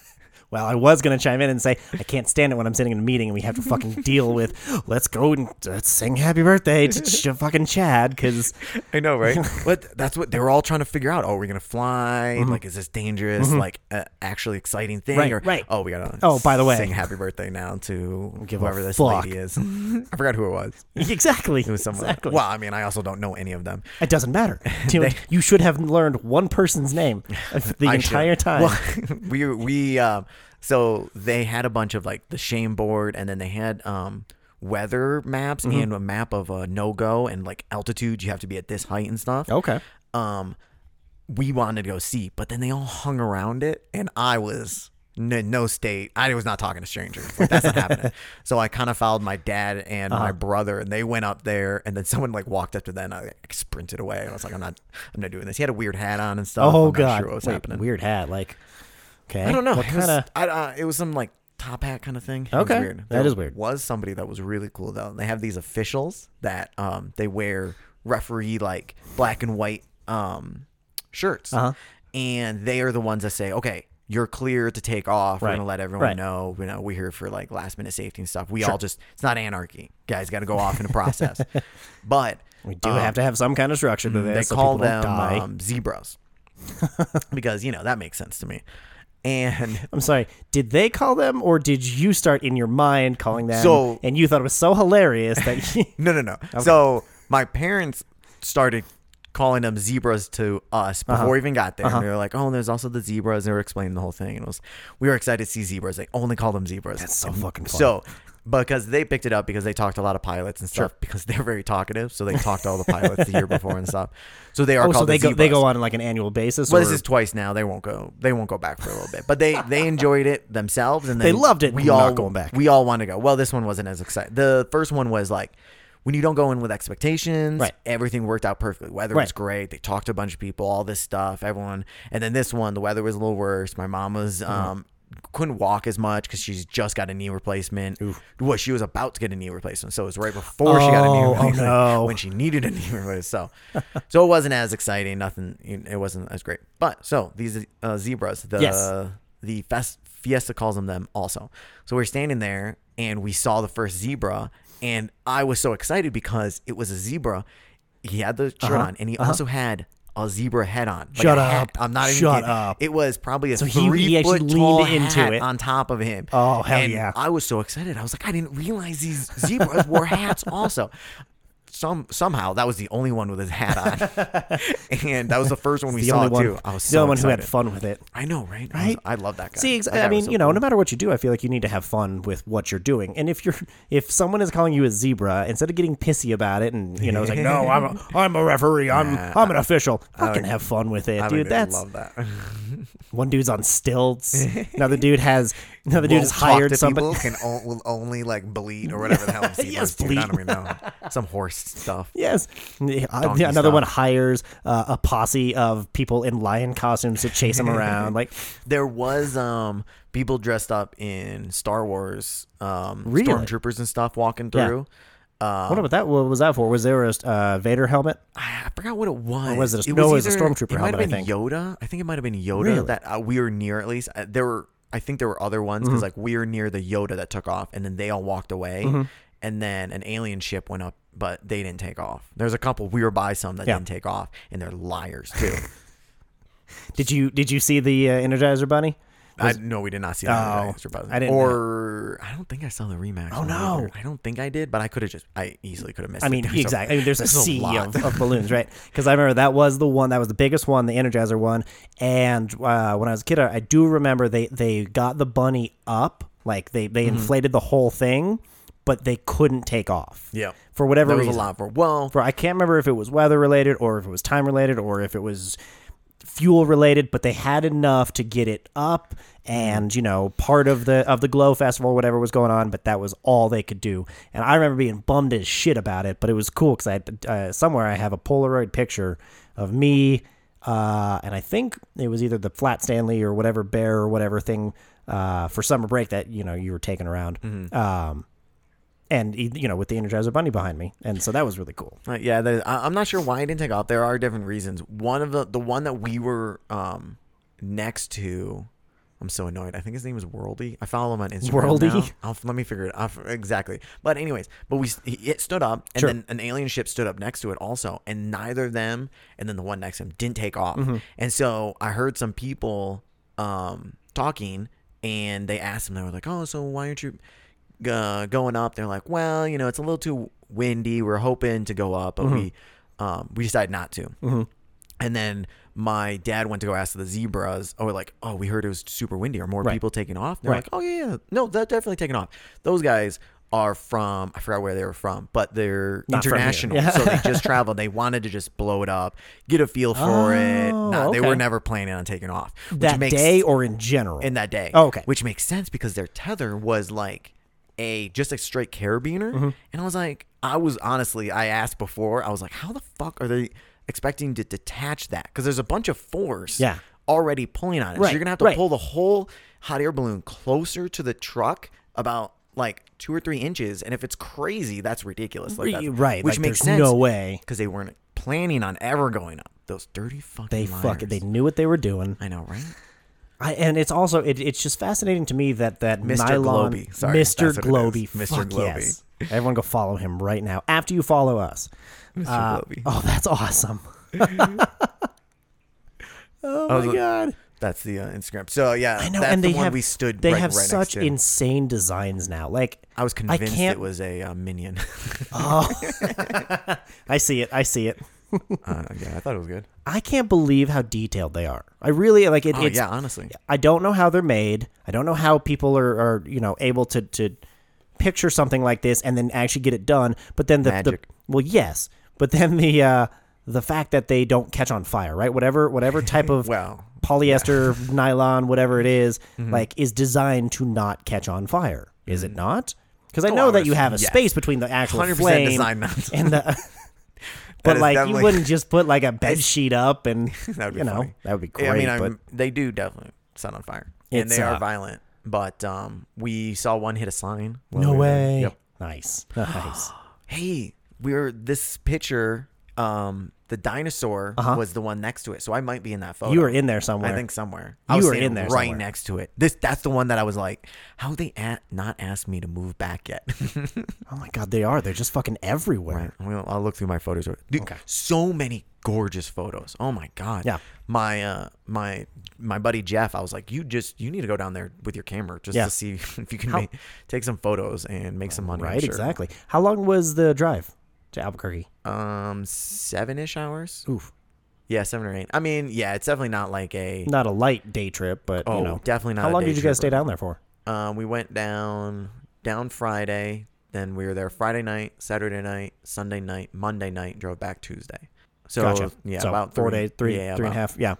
Speaker 2: well, I was going to chime in and say, I can't stand it when I'm sitting in a meeting and we have to fucking deal with, let's go and let's sing happy birthday to Ch- fucking Chad because
Speaker 1: I know, right? but that's what they were all trying to figure out. Oh, we're gonna fly. Like, is this dangerous? Like, uh, actually exciting thing?
Speaker 2: Right,
Speaker 1: or,
Speaker 2: right.
Speaker 1: Oh, we gotta.
Speaker 2: Oh, by the way.
Speaker 1: sing happy birthday now to
Speaker 2: Give a
Speaker 1: whoever this
Speaker 2: fuck.
Speaker 1: lady is. I forgot who it was.
Speaker 2: exactly.
Speaker 1: It was someone.
Speaker 2: Exactly.
Speaker 1: Well, I mean, I also don't know any of them.
Speaker 2: It doesn't matter. You, know,
Speaker 1: They-
Speaker 2: you should have learned one person's name of the
Speaker 1: I should-
Speaker 2: entire time.
Speaker 1: Well, we we um so they had a bunch of like the shame board, and then they had um weather maps
Speaker 2: Mm-hmm.
Speaker 1: and a map of uh, no go and like altitude. You have to be at this height and stuff.
Speaker 2: okay.
Speaker 1: Um, we wanted to go see, but then they all hung around it, and I was. No, no state. I was not talking to strangers. Like, that's not happening. So I kind of followed my dad and
Speaker 2: Uh-huh.
Speaker 1: my brother, and they went up there. And then someone like walked up to them. And I like, sprinted away. And I was like, I'm not, I'm not doing this. He had a weird hat on and stuff.
Speaker 2: Oh,
Speaker 1: I'm
Speaker 2: God.
Speaker 1: not sure what was
Speaker 2: Wait,
Speaker 1: happening.
Speaker 2: Weird hat. Like, okay.
Speaker 1: I don't know.
Speaker 2: What
Speaker 1: it, was,
Speaker 2: kind of.
Speaker 1: I, uh, it was some like top hat kind of thing. It was
Speaker 2: Okay.
Speaker 1: weird.
Speaker 2: That is weird.
Speaker 1: Was somebody that was really cool though. They have these officials that um they wear referee like black and white um shirts,
Speaker 2: Uh-huh.
Speaker 1: and they are the ones that say, okay. You're clear to take off. We're
Speaker 2: Right.
Speaker 1: gonna let everyone
Speaker 2: Right.
Speaker 1: know. You know, we're here for like last minute safety and stuff. We all just—it's not anarchy, guys. Got to go off in a process. but
Speaker 2: We do have to have some kind of structure to this.
Speaker 1: uh, mm, they
Speaker 2: so
Speaker 1: call
Speaker 2: people don't
Speaker 1: them
Speaker 2: die.
Speaker 1: um, zebras because you know that makes sense to me. And
Speaker 2: I'm sorry. Did they call them, or did you start in your mind calling them?
Speaker 1: So-
Speaker 2: and you thought it was so hilarious that you,
Speaker 1: No, no, no. So my parents started calling them zebras to us
Speaker 2: Uh-huh.
Speaker 1: before we even got there. And they were like, "Oh, and there's also the zebras." And they were explaining the whole thing, and it was we were excited to see zebras. They only call them zebras.
Speaker 2: that's so fucking funny. Oh,
Speaker 1: so because they picked it up because they talked to a lot of pilots and stuff because they're very talkative. So they talked to all the pilots the year before and stuff. So they are
Speaker 2: oh,
Speaker 1: called
Speaker 2: so they
Speaker 1: the
Speaker 2: go they
Speaker 1: zebras.
Speaker 2: go on like an annual basis.
Speaker 1: Well,
Speaker 2: or,
Speaker 1: this is twice now. They won't go. They won't go back for a little bit. But they they enjoyed it themselves, and
Speaker 2: They
Speaker 1: then
Speaker 2: loved it.
Speaker 1: We
Speaker 2: We're
Speaker 1: all
Speaker 2: not going back.
Speaker 1: We all want to go. Well, this one wasn't as exciting. The first one was like when you don't go in with expectations.
Speaker 2: Right.
Speaker 1: Everything worked out perfectly. Weather was
Speaker 2: Right.
Speaker 1: great. They talked to a bunch of people. All this stuff. Everyone. And then this one, the weather was a little worse. My mom was
Speaker 2: Mm-hmm.
Speaker 1: um. Couldn't walk as much because she's just got a knee replacement. Well, she was about to get a knee replacement, so it was right before she got a knee
Speaker 2: Oh, oh
Speaker 1: replacement
Speaker 2: no.
Speaker 1: when she needed a knee replacement. So, so it wasn't as exciting. Nothing. It wasn't as great. But so these uh, zebras, the
Speaker 2: Yes.
Speaker 1: the fest, Fiesta calls them them also. So we're standing there and we saw the first zebra, and I was so excited because it was a zebra. He had the shirt on, and he also had a zebra head on. Like
Speaker 2: Uh-huh. Shut
Speaker 1: a hat.
Speaker 2: up.
Speaker 1: I'm not even
Speaker 2: Shut
Speaker 1: kidding.
Speaker 2: up.
Speaker 1: It was probably a
Speaker 2: he- he
Speaker 1: three foot
Speaker 2: actually
Speaker 1: tall
Speaker 2: leaned into
Speaker 1: hat
Speaker 2: it.
Speaker 1: on top of him.
Speaker 2: Oh, hell
Speaker 1: And
Speaker 2: yeah.
Speaker 1: I was so excited. I was like, I didn't realize these zebras wore hats also. Some somehow that was the only one with his hat on, and that was the first one we
Speaker 2: the
Speaker 1: saw
Speaker 2: only one.
Speaker 1: too. I was
Speaker 2: the
Speaker 1: so
Speaker 2: only one who
Speaker 1: excited.
Speaker 2: had fun with it.
Speaker 1: I know, right? I, was-
Speaker 2: Right?
Speaker 1: I love that guy.
Speaker 2: See, ex-
Speaker 1: That guy
Speaker 2: I
Speaker 1: was
Speaker 2: mean,
Speaker 1: so
Speaker 2: you know,
Speaker 1: cool.
Speaker 2: no matter what you do, I feel like you need to have fun with what you're doing. And if you're, if someone is calling you a zebra, instead of getting pissy about it, and you know, it's like, no, I'm, a, I'm a referee, I'm, I'm an official. Fucking have fun with it,
Speaker 1: I
Speaker 2: dude.
Speaker 1: would
Speaker 2: That's
Speaker 1: love that.
Speaker 2: one dude's on stilts, another dude has, another dude
Speaker 1: Won't
Speaker 2: has
Speaker 1: talk
Speaker 2: hired
Speaker 1: to
Speaker 2: somebody.
Speaker 1: People can o- will only like bleed or whatever the hell. zebras
Speaker 2: Yes,
Speaker 1: do. I
Speaker 2: bleat.
Speaker 1: don't even know. Some horse stuff.
Speaker 2: Yes. Yeah, uh,
Speaker 1: Donkey
Speaker 2: another one
Speaker 1: style.
Speaker 2: hires uh, a posse of people in lion costumes to chase him around. Like,
Speaker 1: There was um people dressed up in Star Wars um
Speaker 2: Really?
Speaker 1: stormtroopers and stuff walking
Speaker 2: Yeah.
Speaker 1: through.
Speaker 2: I wonder what that what was that for? Was there a uh, Vader helmet?
Speaker 1: I I forgot what it was.
Speaker 2: was it a- no, it was a
Speaker 1: either-
Speaker 2: stormtrooper
Speaker 1: It might have
Speaker 2: helmet, I
Speaker 1: been
Speaker 2: think.
Speaker 1: Yoda. I think it might have been Yoda
Speaker 2: Really?
Speaker 1: that uh, we were near. At least uh, there were. I think there were other ones
Speaker 2: Mm-hmm.
Speaker 1: because like we were near the Yoda that took off, and then they all walked away, and then an alien ship went up, but they didn't take off. There's a couple we were by some that
Speaker 2: Yeah.
Speaker 1: didn't take off, and they're liars too.
Speaker 2: Did you did you see the uh, Energizer Bunny?
Speaker 1: I no, we did not see that.
Speaker 2: Oh,
Speaker 1: Rise of Resistance.
Speaker 2: I didn't
Speaker 1: Or I don't think I saw the Remax.
Speaker 2: Oh,
Speaker 1: one
Speaker 2: no.
Speaker 1: either. I don't think I did, but I could have just. I easily could have missed.
Speaker 2: I
Speaker 1: it.
Speaker 2: mean,
Speaker 1: There's a-
Speaker 2: exactly. I mean, there's a sea
Speaker 1: lot.
Speaker 2: of, of balloons, right? Because I remember that was the one that was the biggest one, the Energizer one. And uh, when I was a kid, I, I do remember they they got the bunny up, like they
Speaker 1: Mm-hmm.
Speaker 2: they inflated the whole thing, but they couldn't take off.
Speaker 1: Yep.
Speaker 2: for whatever
Speaker 1: There was a
Speaker 2: reason.
Speaker 1: lot for. Well,
Speaker 2: For I can't remember if it was weather related or if it was time related or if it was fuel related, but they had enough to get it up and you know part of the of the glow festival whatever was going on but that was all they could do and i remember being bummed as shit about it but it was cool because i had, uh, somewhere i have a polaroid picture of me uh, and i think it was either the flat stanley or whatever bear or whatever thing uh, for summer break that you know you were taking around um, and you know with the energizer bunny behind me and so that was really cool
Speaker 1: Uh, yeah, the, I, I'm not sure why I didn't take off. There are different reasons. One of the the one that we were um next to. I'm so annoyed. I think his name is Worldy. I follow him on Instagram.
Speaker 2: Worldy?
Speaker 1: now. I'll, let me figure it out exactly. But anyways, but we s- he- it stood up, and
Speaker 2: Sure.
Speaker 1: then an alien ship stood up next to it also, and neither of them, and then the one next to him didn't take off. And so I heard some people um talking, and they asked him. They were like, "Oh, so why aren't you?" uh, going up. They're like, well, you know, it's a little too windy. We're hoping to go up, but we um, we decided not to. And then my dad went to go ask the zebras. Oh, like, oh, we heard it was super windy. Are more people taking off? They're
Speaker 2: Right.
Speaker 1: like, oh yeah, yeah, no, they're definitely taking off. Those guys are from I forgot where they were from, but they're
Speaker 2: Not from here.
Speaker 1: international,
Speaker 2: Yeah.
Speaker 1: so they just traveled. They wanted to just blow it up, get a feel for it.
Speaker 2: Oh,
Speaker 1: Nah, They were
Speaker 2: okay.
Speaker 1: never planning on taking off. Which
Speaker 2: that
Speaker 1: makes
Speaker 2: day or in general
Speaker 1: in that day.
Speaker 2: Oh, okay.
Speaker 1: Which makes sense because their tether was like a just a straight carabiner.
Speaker 2: Mm-hmm.
Speaker 1: And I was like, I was honestly, I asked before, I was like, how the fuck are they expecting to detach that? Because there's a bunch of force
Speaker 2: Yeah.
Speaker 1: already pulling on it. so
Speaker 2: Right,
Speaker 1: you're gonna have to
Speaker 2: right.
Speaker 1: pull the whole hot air balloon closer to the truck about like two or three inches. And if it's crazy, that's ridiculous. Like that's,
Speaker 2: right
Speaker 1: Which
Speaker 2: like,
Speaker 1: makes
Speaker 2: there's
Speaker 1: sense.
Speaker 2: no way
Speaker 1: Because they weren't planning on ever going up. Those dirty fucking
Speaker 2: They
Speaker 1: liars.
Speaker 2: fuck it. They knew what they were doing.
Speaker 1: I know, right?
Speaker 2: I, and it's also it, it's just fascinating to me that that
Speaker 1: Mr.
Speaker 2: nylon
Speaker 1: Globey. Sorry,
Speaker 2: Mr.
Speaker 1: that's what it
Speaker 2: Globy,
Speaker 1: is. Mr.
Speaker 2: fuck
Speaker 1: Globey.
Speaker 2: yes. Everyone go follow him right now. After you follow us, Mr.
Speaker 1: Globey.
Speaker 2: Oh, that's awesome. oh
Speaker 1: was
Speaker 2: my
Speaker 1: like-
Speaker 2: god.
Speaker 1: That's the uh, Instagram. So yeah,
Speaker 2: I know,
Speaker 1: that's
Speaker 2: and
Speaker 1: the
Speaker 2: they
Speaker 1: one
Speaker 2: have
Speaker 1: we stood.
Speaker 2: They
Speaker 1: right,
Speaker 2: have
Speaker 1: right next
Speaker 2: such
Speaker 1: to.
Speaker 2: insane designs now. Like
Speaker 1: I was convinced
Speaker 2: can't-
Speaker 1: it was a uh, minion.
Speaker 2: I see it. I see it.
Speaker 1: uh, yeah, I thought it was good.
Speaker 2: I can't believe how detailed they are. I really like it.
Speaker 1: Oh
Speaker 2: it's,
Speaker 1: yeah, honestly,
Speaker 2: I don't know how they're made. I don't know how people are, are you know, able to, to picture something like this and then actually get it done. But then the, the
Speaker 1: Magic.
Speaker 2: well, yes, but then the uh, the fact that they don't catch on fire, right? Whatever whatever type of
Speaker 1: Well, Mm-hmm.
Speaker 2: polyester, nylon, whatever it is, like is designed to not catch on fire. Is
Speaker 1: Mm.
Speaker 2: it not? Because I know that you
Speaker 1: obviously,
Speaker 2: have a
Speaker 1: yes.
Speaker 2: space between the actual
Speaker 1: 100%
Speaker 2: flame
Speaker 1: design not-
Speaker 2: and the. But
Speaker 1: is
Speaker 2: like you
Speaker 1: definitely-
Speaker 2: wouldn't just put like a bed sheet up and
Speaker 1: that would be
Speaker 2: you know
Speaker 1: funny.
Speaker 2: that would be great.
Speaker 1: Yeah, I mean,
Speaker 2: but-
Speaker 1: I'm, they do definitely set on fire, and
Speaker 2: It's,
Speaker 1: they
Speaker 2: uh,
Speaker 1: are violent. But um, we saw one hit a sign. while
Speaker 2: No
Speaker 1: we were there.
Speaker 2: way.
Speaker 1: Yep.
Speaker 2: Nice. Nice.
Speaker 1: Hey, we're this picture. Um, the dinosaur was the one next to it, so I might be in that photo.
Speaker 2: Uh-huh. you were in there somewhere.
Speaker 1: I think somewhere.
Speaker 2: You
Speaker 1: I was
Speaker 2: were
Speaker 1: standing
Speaker 2: in there
Speaker 1: right
Speaker 2: somewhere.
Speaker 1: next to it. This that's the one that I was like, how they a- not asked me to move back yet.
Speaker 2: Oh my god, they are. They're just fucking everywhere.
Speaker 1: Right. Well, I'll look through my photos. Dude, so many gorgeous photos. Oh my god.
Speaker 2: Yeah.
Speaker 1: My uh my my buddy Jeff, I was like, you just you need to go down there with your camera just
Speaker 2: Yeah.
Speaker 1: to see if you can make, take some photos and make some money. I'm
Speaker 2: Right,
Speaker 1: sure.
Speaker 2: exactly. How long was the drive to Albuquerque?
Speaker 1: Um, seven ish hours.
Speaker 2: Oof.
Speaker 1: Yeah, seven or eight. I mean, yeah, it's definitely not like a.
Speaker 2: Not a light day trip, but
Speaker 1: Oh,
Speaker 2: you know.
Speaker 1: definitely not.
Speaker 2: How
Speaker 1: a
Speaker 2: long
Speaker 1: day
Speaker 2: did you
Speaker 1: trip.
Speaker 2: guys stay down there for?
Speaker 1: Um, we went down down Friday. Then we were there Friday night, Saturday night, Sunday night, Monday night. Drove back Tuesday. So
Speaker 2: Gotcha.
Speaker 1: yeah,
Speaker 2: so
Speaker 1: about
Speaker 2: four
Speaker 1: three,
Speaker 2: days, three,
Speaker 1: yeah,
Speaker 2: three and
Speaker 1: about-
Speaker 2: a half. Yeah.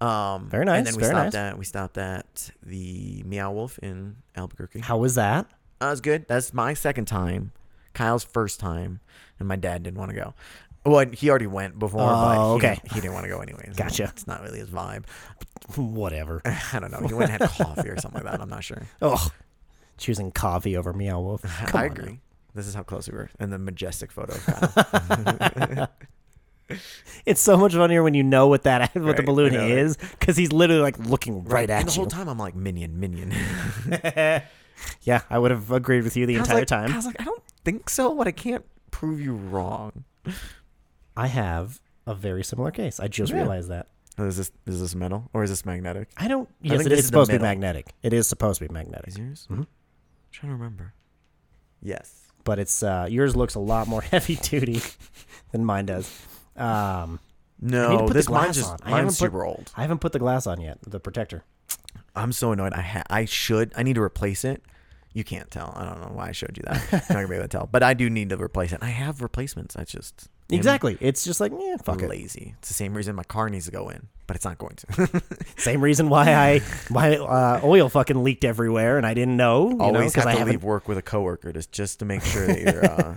Speaker 1: Um,
Speaker 2: Very
Speaker 1: And
Speaker 2: nice,
Speaker 1: then we
Speaker 2: very
Speaker 1: stopped
Speaker 2: nice.
Speaker 1: at we stopped at the Meow Wolf in Albuquerque.
Speaker 2: How was that?
Speaker 1: That was good. That's my second time. Kyle's first time, and my dad didn't want to go. Well, he already went before, but
Speaker 2: Oh,
Speaker 1: he
Speaker 2: okay.
Speaker 1: didn't- He, didn't want to go anyways.
Speaker 2: Gotcha.
Speaker 1: It's not really his vibe.
Speaker 2: Whatever.
Speaker 1: I don't know. He went and had coffee or something like that. I'm not sure.
Speaker 2: Oh, choosing coffee over Meow Wolf. Come
Speaker 1: I
Speaker 2: on now.
Speaker 1: agree. This is how close we were, and the majestic photo of Kyle.
Speaker 2: It's so much funnier when you know what that what the
Speaker 1: Right,
Speaker 2: balloon
Speaker 1: I know, right?
Speaker 2: is because he's literally like looking right,
Speaker 1: and
Speaker 2: at
Speaker 1: the
Speaker 2: you.
Speaker 1: whole time I'm like minion, minion.
Speaker 2: yeah, I would have agreed with you the
Speaker 1: I was
Speaker 2: entire
Speaker 1: like-
Speaker 2: time.
Speaker 1: I was like, I don't think so, but I can't prove you wrong.
Speaker 2: I have a very similar case. I just
Speaker 1: Yeah.
Speaker 2: realized that.
Speaker 1: Oh, Is this is this metal or is this magnetic?
Speaker 2: I don't. Yes,
Speaker 1: think
Speaker 2: it
Speaker 1: this
Speaker 2: is,
Speaker 1: is the
Speaker 2: supposed to be
Speaker 1: middle.
Speaker 2: magnetic. It is supposed to be magnetic,
Speaker 1: Is yours?
Speaker 2: Mhm.
Speaker 1: I'm trying to remember. Yes.
Speaker 2: but it's uh, yours looks a lot more heavy duty than mine does. Um, I need to
Speaker 1: No,
Speaker 2: put the
Speaker 1: this
Speaker 2: glass
Speaker 1: mine's
Speaker 2: on.
Speaker 1: just
Speaker 2: I
Speaker 1: mine's
Speaker 2: haven't put-
Speaker 1: super old.
Speaker 2: I haven't put the glass on yet. The protector.
Speaker 1: I'm so annoyed. I ha- I should I need to replace it. You can't tell. I don't know why I showed you that. You're not gonna be able to tell. But I do need to replace it. I have replacements. I just am
Speaker 2: Exactly. It's just like yeah, fuck it.
Speaker 1: lazy. It's the same reason my car needs to go in, but it's not going to.
Speaker 2: Same reason why I my uh, oil fucking leaked everywhere and I didn't know. You
Speaker 1: Always
Speaker 2: know, 'cause
Speaker 1: have
Speaker 2: I
Speaker 1: to
Speaker 2: haven't-
Speaker 1: leave work with a coworker just just to make sure that you're. Uh,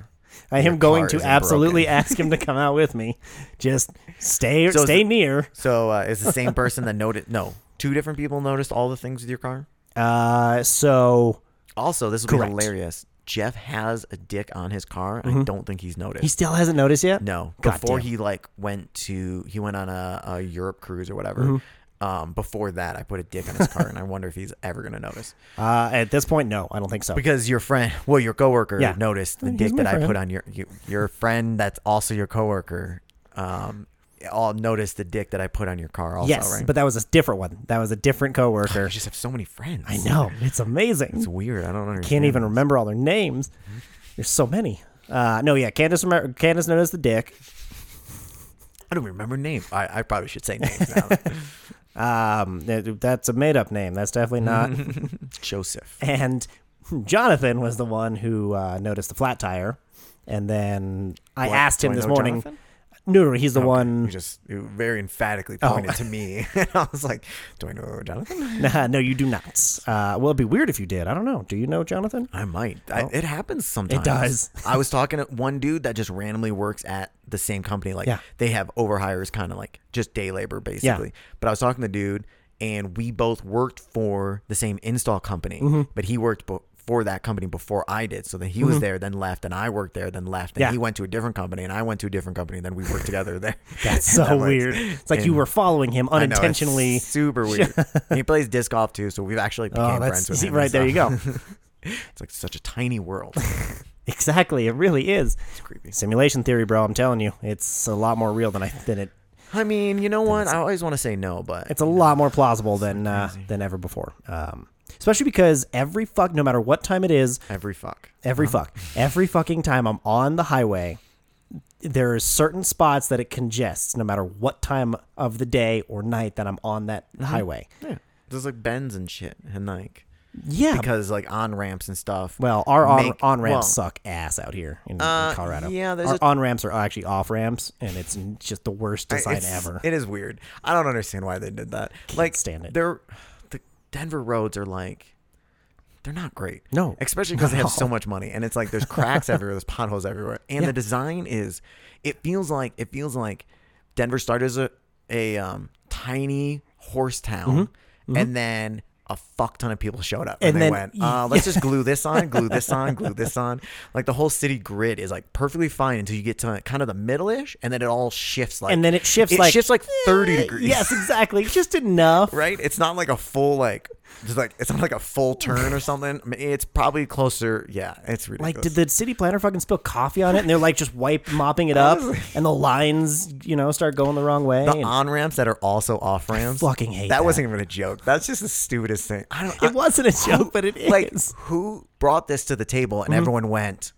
Speaker 2: I
Speaker 1: your
Speaker 2: am going
Speaker 1: car
Speaker 2: to
Speaker 1: isn't
Speaker 2: absolutely
Speaker 1: broken.
Speaker 2: ask him to come out with me. Just stay
Speaker 1: So is
Speaker 2: stay
Speaker 1: it-
Speaker 2: near.
Speaker 1: so uh, it's the same person that noticed. No, two different people noticed all the things with your car.
Speaker 2: Uh, so
Speaker 1: Also, this would
Speaker 2: Correct.
Speaker 1: be hilarious. Jeff has a dick on his car. I don't think Mm-hmm. he's noticed.
Speaker 2: he still hasn't noticed yet.
Speaker 1: No,
Speaker 2: God
Speaker 1: before
Speaker 2: damn.
Speaker 1: he like went to he went on a, a Europe cruise or whatever. Um, before that, I put a dick on his car, and I wonder if he's ever gonna notice
Speaker 2: Uh, at this point, no, I don't think so.
Speaker 1: because your friend, well, your coworker
Speaker 2: Yeah.
Speaker 1: noticed the
Speaker 2: He's
Speaker 1: dick
Speaker 2: my
Speaker 1: that I put
Speaker 2: friend.
Speaker 1: on your, your your friend that's also your coworker. Um, all noticed the dick that I put on your car. Also,
Speaker 2: yes,
Speaker 1: right?
Speaker 2: but that was a different one. That was a different
Speaker 1: I
Speaker 2: coworker.
Speaker 1: just have so many friends.
Speaker 2: I know it's amazing.
Speaker 1: it's weird. Mm-hmm. I don't understand.
Speaker 2: Can't even remember all their names. There's so many. Uh, no, yeah, Candace. Remember, Candace noticed the dick.
Speaker 1: I don't remember names. I, I probably should say names now.
Speaker 2: Um, that- that's a made up name. That's definitely not.
Speaker 1: Joseph.
Speaker 2: and Jonathan was the one who uh, noticed the flat tire. And then I
Speaker 1: What?
Speaker 2: asked
Speaker 1: Do
Speaker 2: him
Speaker 1: I
Speaker 2: this
Speaker 1: know
Speaker 2: morning.
Speaker 1: Jonathan?
Speaker 2: No, no, he's the
Speaker 1: You
Speaker 2: one.
Speaker 1: just you very emphatically
Speaker 2: Oh.
Speaker 1: pointed to me, and I was like, "Do I know Jonathan?"
Speaker 2: Nah, no, you do not. Uh, well, it'd be weird if you did. I don't know. Do you know Jonathan?
Speaker 1: I might. I, it happens sometimes.
Speaker 2: does.
Speaker 1: I was talking to one dude that just randomly works at the same company. Like
Speaker 2: Yeah.
Speaker 1: they have overhires, kind of like just day labor, basically. But I was talking to the dude, and we both worked for the same install company,
Speaker 2: Mm-hmm.
Speaker 1: but he worked before for that company before I did. So then he was there, then left, and I worked there, then left, and
Speaker 2: Yeah.
Speaker 1: he went to a different company, and I went to a different company, and then we worked together there.
Speaker 2: That's so
Speaker 1: That works.
Speaker 2: weird. It's like you
Speaker 1: And-
Speaker 2: were following him
Speaker 1: I know, it's
Speaker 2: unintentionally.
Speaker 1: super weird. And he plays disc golf too, so we've actually became
Speaker 2: Oh,
Speaker 1: friends with
Speaker 2: that's
Speaker 1: him.
Speaker 2: right. There you go.
Speaker 1: It's like such a tiny world.
Speaker 2: exactly. It really is.
Speaker 1: It's creepy.
Speaker 2: Simulation theory, bro. I'm telling you, it's a lot more real than I than it.
Speaker 1: I mean, you know what? I always want to say no, but
Speaker 2: It's a lot more plausible than uh, than ever before. Um, especially because every fuck, no matter what time it is,
Speaker 1: every fuck.
Speaker 2: Every fuck. Every fucking time I'm on the highway, there are certain spots that it congests no matter what time of the day or night that I'm on that
Speaker 1: Mm-hmm.
Speaker 2: highway.
Speaker 1: Yeah. There's like bends and shit, and like
Speaker 2: Yeah.
Speaker 1: because like on ramps and stuff.
Speaker 2: Um, well, our on,
Speaker 1: Make-
Speaker 2: on ramps
Speaker 1: well-
Speaker 2: suck ass out here in, in
Speaker 1: Uh,
Speaker 2: Colorado.
Speaker 1: yeah, there's
Speaker 2: our
Speaker 1: a-
Speaker 2: on ramps are actually off ramps, and it's just the worst design
Speaker 1: it's-
Speaker 2: ever.
Speaker 1: It is weird. I don't understand why they did that. like,
Speaker 2: stand it.
Speaker 1: They're the Denver roads are like they're not great.
Speaker 2: No.
Speaker 1: especially because they have so
Speaker 2: No.
Speaker 1: much money, and it's like there's cracks everywhere, there's potholes everywhere, and the design is. It feels like it feels like Denver started as a a um, tiny horse town, and then. A fuck ton of people showed up, and,
Speaker 2: Mm-hmm. And
Speaker 1: they
Speaker 2: then-
Speaker 1: went, uh, "Let's just glue this on, glue this on, glue this on." Like the whole city grid is like perfectly fine until you get to kind of the middle-ish, and then it all shifts like
Speaker 2: and then it shifts
Speaker 1: it
Speaker 2: like
Speaker 1: shifts like 30
Speaker 2: eh,
Speaker 1: degrees
Speaker 2: Yes, exactly. Just enough.
Speaker 1: right it's not like a full like just like it's not like a full turn or something I mean, it's probably closer yeah it's ridiculous
Speaker 2: Like, did the city planner fucking spill coffee on it? And they're like just wipe mopping it up, and the lines, you know, start going the wrong way.
Speaker 1: the
Speaker 2: and-
Speaker 1: on ramps that are also off ramps
Speaker 2: fucking hate that.
Speaker 1: wasn't even a joke that's just the stupidest thing i don't
Speaker 2: it
Speaker 1: I,
Speaker 2: wasn't a joke, but it is.
Speaker 1: like who brought this to the table and everyone went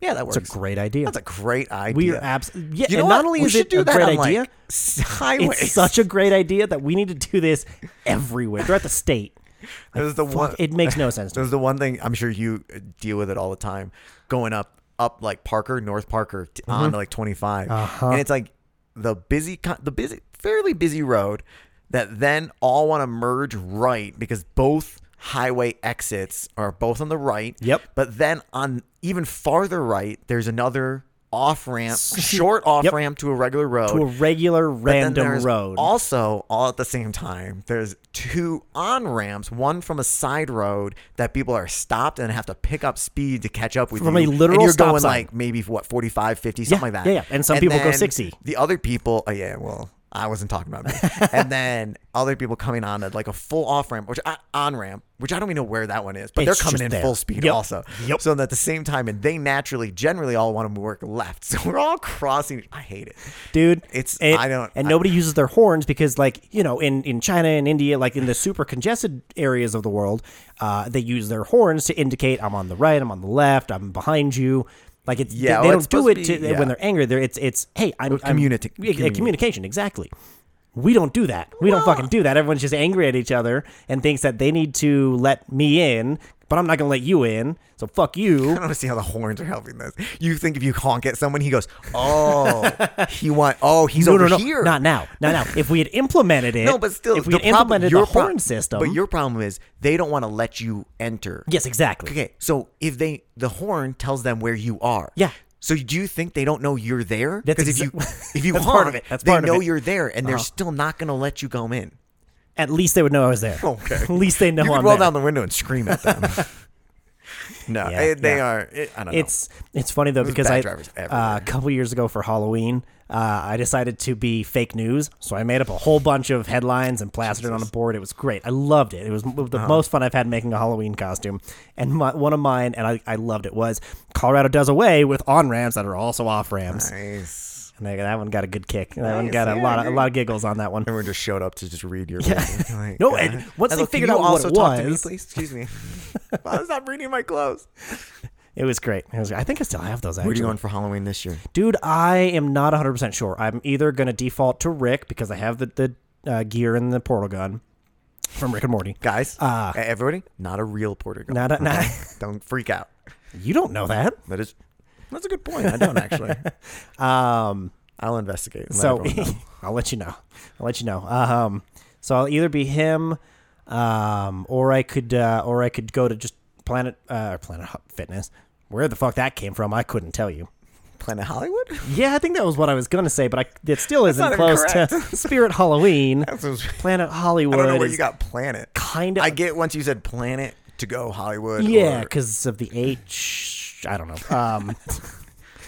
Speaker 1: yeah that works
Speaker 2: it's a great idea.
Speaker 1: that's a great idea
Speaker 2: we are absolutely. Yeah,
Speaker 1: you know
Speaker 2: and
Speaker 1: what?
Speaker 2: not only
Speaker 1: we
Speaker 2: is
Speaker 1: should
Speaker 2: it
Speaker 1: do
Speaker 2: a
Speaker 1: that
Speaker 2: great
Speaker 1: on, like,
Speaker 2: idea,
Speaker 1: s- highways.
Speaker 2: it's such a great idea that we need to do this everywhere throughout the state.
Speaker 1: It was the one.
Speaker 2: Fuck, it makes no sense. To
Speaker 1: That
Speaker 2: me.
Speaker 1: was the one thing I'm sure you uh, deal with it all the time. Going up, up like Parker, North Parker, t- on to like 25,
Speaker 2: Uh-huh.
Speaker 1: and it's like the busy, co- the busy, fairly busy road that then all want to merge right because both highway exits are both on the right.
Speaker 2: Yep.
Speaker 1: But then on even farther right, there's another off ramp, short off ramp to a regular road.
Speaker 2: To a regular
Speaker 1: But then
Speaker 2: random
Speaker 1: there's
Speaker 2: road.
Speaker 1: Also, all at the same time, there's two on ramps, one from a side road that people are stopped and have to pick up speed to catch up with
Speaker 2: From
Speaker 1: you.
Speaker 2: a literal
Speaker 1: and you're
Speaker 2: stop
Speaker 1: going
Speaker 2: sign.
Speaker 1: like maybe what 45, 50, something like that.
Speaker 2: yeah, yeah. And some people go
Speaker 1: then
Speaker 2: 60.
Speaker 1: The other people, oh yeah, well, I wasn't talking about me. and then other people coming on at like a full off ramp, which I, on ramp, which I don't even know where that one is, but
Speaker 2: It's
Speaker 1: they're coming
Speaker 2: just
Speaker 1: in
Speaker 2: there.
Speaker 1: full speed
Speaker 2: Yep.
Speaker 1: also.
Speaker 2: Yep.
Speaker 1: So at the same time, and they naturally, generally all want to work left. So we're all crossing. I hate it.
Speaker 2: dude.
Speaker 1: It's-
Speaker 2: and,
Speaker 1: I don't-
Speaker 2: and
Speaker 1: I-
Speaker 2: nobody uses their horns because, like you know, in in China and India, like in the super congested areas of the world, uh, they use their horns to indicate I'm on the right, I'm on the left, I'm behind you. Like it's,
Speaker 1: Yeah,
Speaker 2: they,
Speaker 1: well,
Speaker 2: they
Speaker 1: it's
Speaker 2: don't do it
Speaker 1: supposed to
Speaker 2: to,
Speaker 1: be- yeah.
Speaker 2: when they're angry. They're, it's it's hey, I'm, I'm
Speaker 1: communica-
Speaker 2: yeah, yeah,
Speaker 1: communi-
Speaker 2: communication exactly. We don't do that. We don't fucking do that. Everyone's just angry at each other and thinks that they need to let me in, but I'm not gonna let you in. So fuck you.
Speaker 1: I don't see how the horns are helping this. You think if you honk at someone, he goes, "Oh, he want. Oh, he's
Speaker 2: No,
Speaker 1: over
Speaker 2: no, no,
Speaker 1: here."
Speaker 2: not now, not now. If we had implemented it,
Speaker 1: no, but still,
Speaker 2: if we
Speaker 1: the
Speaker 2: had
Speaker 1: problem,
Speaker 2: implemented
Speaker 1: your
Speaker 2: the
Speaker 1: pro-
Speaker 2: horn system,
Speaker 1: But your problem is they don't want to let you enter.
Speaker 2: Yes, exactly.
Speaker 1: Okay, so if they the horn tells them where you are.
Speaker 2: Yeah.
Speaker 1: So do you think they don't know you're there?
Speaker 2: That's
Speaker 1: Because if you
Speaker 2: exa-
Speaker 1: if you
Speaker 2: That's
Speaker 1: honk,
Speaker 2: part of it. That's
Speaker 1: they
Speaker 2: part of
Speaker 1: know
Speaker 2: it. Uh-huh.
Speaker 1: you're there, and they're still not going to let you go in.
Speaker 2: At least they would know I was there.
Speaker 1: Okay.
Speaker 2: At least they know
Speaker 1: you
Speaker 2: I'm
Speaker 1: could roll
Speaker 2: there.
Speaker 1: down the window and scream at them. no,
Speaker 2: Yeah,
Speaker 1: eh, they
Speaker 2: yeah.
Speaker 1: are. eh, I don't know.
Speaker 2: It's it's funny though because
Speaker 1: bad
Speaker 2: I
Speaker 1: drivers
Speaker 2: uh,
Speaker 1: everywhere.
Speaker 2: a couple years ago for Halloween, uh, I decided to be fake news, so I made up a whole bunch of headlines and plastered it on a board. It was great. I loved it. It was m-
Speaker 1: Uh-huh.
Speaker 2: the most fun I've had making a Halloween costume. And my, one of mine, and I, I loved it, was Colorado does away with on ramps that are also off ramps.
Speaker 1: nice.
Speaker 2: And they, that one got a good kick. That one
Speaker 1: Nice.
Speaker 2: got a
Speaker 1: Yeah,
Speaker 2: lot of, a
Speaker 1: dude.
Speaker 2: lot of giggles on that one.
Speaker 1: Everyone just showed up to just read your. Like,
Speaker 2: No,
Speaker 1: uh,
Speaker 2: and once
Speaker 1: hello,
Speaker 2: they
Speaker 1: can
Speaker 2: figured
Speaker 1: you
Speaker 2: out what
Speaker 1: also
Speaker 2: it
Speaker 1: talk to me,
Speaker 2: was-
Speaker 1: please? excuse me. Why is that reading my clothes?
Speaker 2: It was great. It was, I think I still have those. Actually.
Speaker 1: Where are you going for Halloween this year?
Speaker 2: Dude, I am not 100% sure. I'm either going to default to Rick because I have the, the uh, gear and the portal gun from Rick and Morty.
Speaker 1: Guys,
Speaker 2: Uh,
Speaker 1: eh, everybody, not a real Porter gun.
Speaker 2: Not a- not-
Speaker 1: okay? Don't freak out.
Speaker 2: You don't know that.
Speaker 1: That is, that's a good point. I don't actually.
Speaker 2: Um,
Speaker 1: I'll investigate. and let
Speaker 2: so
Speaker 1: everyone know.
Speaker 2: I'll let you know. I'll let you know. Um, so I'll either be him um, or I could uh, or I could go to just Planet uh, Planet Ho- Fitness. Where the fuck that came from, I couldn't tell you.
Speaker 1: Planet Hollywood.
Speaker 2: Yeah, I think that was what I was gonna say, but I, it still isn't
Speaker 1: not even
Speaker 2: close to Spirit Halloween.
Speaker 1: That's what-
Speaker 2: Planet Hollywood.
Speaker 1: I don't know where
Speaker 2: is
Speaker 1: you got Planet.
Speaker 2: Kind of
Speaker 1: I get once you said Planet to go Hollywood.
Speaker 2: Yeah,
Speaker 1: or-
Speaker 2: because of the H. I don't know. Um,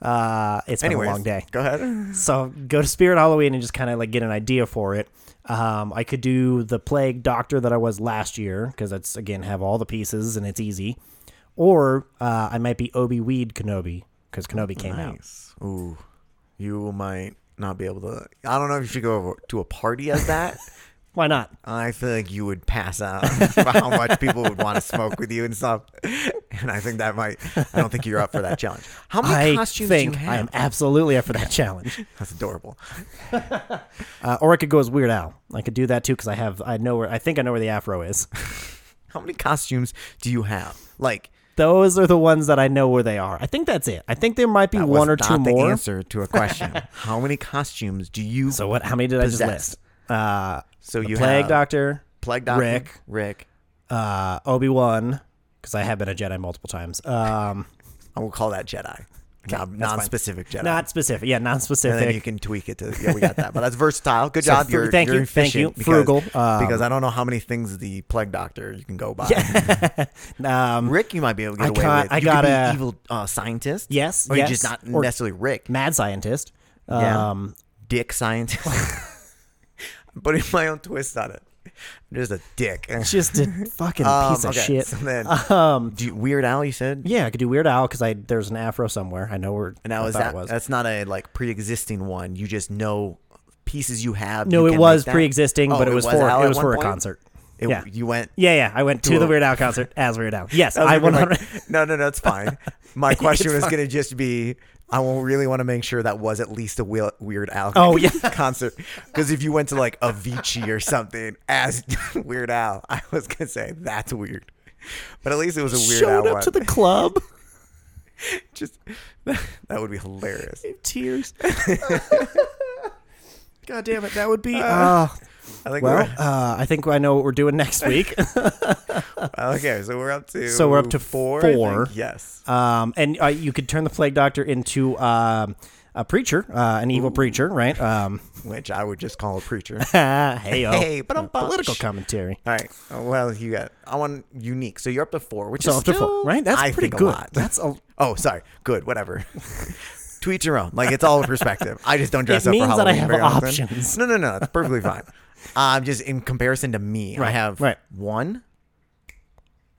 Speaker 2: uh, it's been
Speaker 1: Anyways,
Speaker 2: a long day.
Speaker 1: Go ahead.
Speaker 2: So go to Spirit Halloween and just kind of like get an idea for it. Um, I could do the Plague Doctor that I was last year because that's again have all the pieces and it's easy. Or uh, I might be Obi Weed Kenobi because Kenobi came out.
Speaker 1: Nice. Ooh, you might not be able to. I don't know if you should go over to a party as that.
Speaker 2: Why not?
Speaker 1: I feel like you would pass out by how much people would want to smoke with you and stuff. And I think that might. I don't think you're up for that challenge. How many
Speaker 2: I
Speaker 1: costumes
Speaker 2: think
Speaker 1: do you
Speaker 2: I am
Speaker 1: have?
Speaker 2: absolutely up for that challenge.
Speaker 1: That's adorable.
Speaker 2: Uh, or I could go as Weird Al. I could do that too because I have I know where I think I know where the afro is.
Speaker 1: How many costumes do you have? Like
Speaker 2: Those are the ones that I know where they are. I think that's it. I think there might be
Speaker 1: that was
Speaker 2: one or two
Speaker 1: not the
Speaker 2: more.
Speaker 1: answer to a question. how many costumes do you?
Speaker 2: So what? How many did I
Speaker 1: Possessed.
Speaker 2: just list? Uh,
Speaker 1: So
Speaker 2: the
Speaker 1: you
Speaker 2: plague
Speaker 1: have
Speaker 2: doctor,
Speaker 1: Plague Doctor,
Speaker 2: Rick.
Speaker 1: Rick.
Speaker 2: uh, Obi Wan, because I have been a Jedi multiple times. Um,
Speaker 1: I will call that Jedi, non non-specific Jedi.
Speaker 2: not specific. Yeah,
Speaker 1: and then you
Speaker 2: non-specific.
Speaker 1: can tweak it to yeah, we got that. But that's versatile. Good
Speaker 2: So
Speaker 1: job.
Speaker 2: fr-
Speaker 1: you're
Speaker 2: thank
Speaker 1: you're
Speaker 2: you, thank you.
Speaker 1: efficient because-
Speaker 2: Frugal, um,
Speaker 1: because I don't know how many things the plague doctor you can go by.
Speaker 2: um,
Speaker 1: Rick, you might be able to get
Speaker 2: I
Speaker 1: away
Speaker 2: got-
Speaker 1: with.
Speaker 2: I
Speaker 1: you
Speaker 2: got
Speaker 1: could be
Speaker 2: a-
Speaker 1: evil uh, scientist.
Speaker 2: Yes,
Speaker 1: or
Speaker 2: yes,
Speaker 1: you're just not
Speaker 2: or-
Speaker 1: necessarily Rick.
Speaker 2: mad scientist.
Speaker 1: Yeah.
Speaker 2: Um,
Speaker 1: Dick scientist. I'm putting my own twist on it. I'm just a dick.
Speaker 2: Just a fucking
Speaker 1: Um,
Speaker 2: piece of
Speaker 1: okay,
Speaker 2: shit.
Speaker 1: so then-
Speaker 2: um,
Speaker 1: Do you, Weird Al, you said.
Speaker 2: yeah, I could do Weird Al because I there's an afro somewhere. I know where.
Speaker 1: And that
Speaker 2: I
Speaker 1: was
Speaker 2: thought
Speaker 1: that.
Speaker 2: it was.
Speaker 1: That's not a like pre-existing one. You just know pieces you have.
Speaker 2: no,
Speaker 1: you
Speaker 2: it
Speaker 1: can
Speaker 2: was
Speaker 1: make that.
Speaker 2: pre-existing,
Speaker 1: Oh,
Speaker 2: but it was, for
Speaker 1: Al
Speaker 2: it
Speaker 1: at
Speaker 2: was
Speaker 1: one
Speaker 2: for a
Speaker 1: point?
Speaker 2: concert.
Speaker 1: It-
Speaker 2: yeah.
Speaker 1: you went.
Speaker 2: Yeah, yeah. I went to,
Speaker 1: To
Speaker 2: the
Speaker 1: a-
Speaker 2: Weird Al concert as Weird Al. Yes,
Speaker 1: I
Speaker 2: I
Speaker 1: was
Speaker 2: one
Speaker 1: gonna be
Speaker 2: hundred.
Speaker 1: like, no, no, no, it's fine. My question was going to just be, I will really want to make sure that was at least a Wheel- Weird Al
Speaker 2: Oh, yeah.
Speaker 1: concert. Because if you went to like Avicii or something as Weird Al, I was going to say, that's weird. But at least it was a Weird
Speaker 2: Showed
Speaker 1: Al
Speaker 2: up
Speaker 1: one.
Speaker 2: to the club.
Speaker 1: just, that would be hilarious.
Speaker 2: Tears. God damn it! That would be.
Speaker 1: Uh,
Speaker 2: uh,
Speaker 1: I think
Speaker 2: Ah, well,
Speaker 1: we're,
Speaker 2: uh, I think I know what we're doing next week.
Speaker 1: okay, so we're up to
Speaker 2: So we're up to
Speaker 1: four. I think.
Speaker 2: four.
Speaker 1: Yes.
Speaker 2: um, and uh, you could turn the plague doctor into um, a preacher, uh, an evil preacher, right? Um,
Speaker 1: Which I would just call a preacher.
Speaker 2: hey,
Speaker 1: Hey, but I'm
Speaker 2: political
Speaker 1: bunch.
Speaker 2: commentary.
Speaker 1: All right. Oh, Well, you got. I want unique. So you're up to four, which
Speaker 2: So
Speaker 1: is
Speaker 2: up to
Speaker 1: still,
Speaker 2: four, right? That's
Speaker 1: I
Speaker 2: pretty
Speaker 1: think,
Speaker 2: good.
Speaker 1: A lot.
Speaker 2: That's a
Speaker 1: Oh, sorry. Good. Whatever. to each your own. Like it's all perspective. I just don't dress
Speaker 2: It
Speaker 1: up
Speaker 2: means
Speaker 1: for
Speaker 2: that I
Speaker 1: Halloween.
Speaker 2: have
Speaker 1: very often.
Speaker 2: options.
Speaker 1: No, no, no. It's perfectly fine. Um, just in comparison to me, I
Speaker 2: Right,
Speaker 1: have
Speaker 2: right.
Speaker 1: one,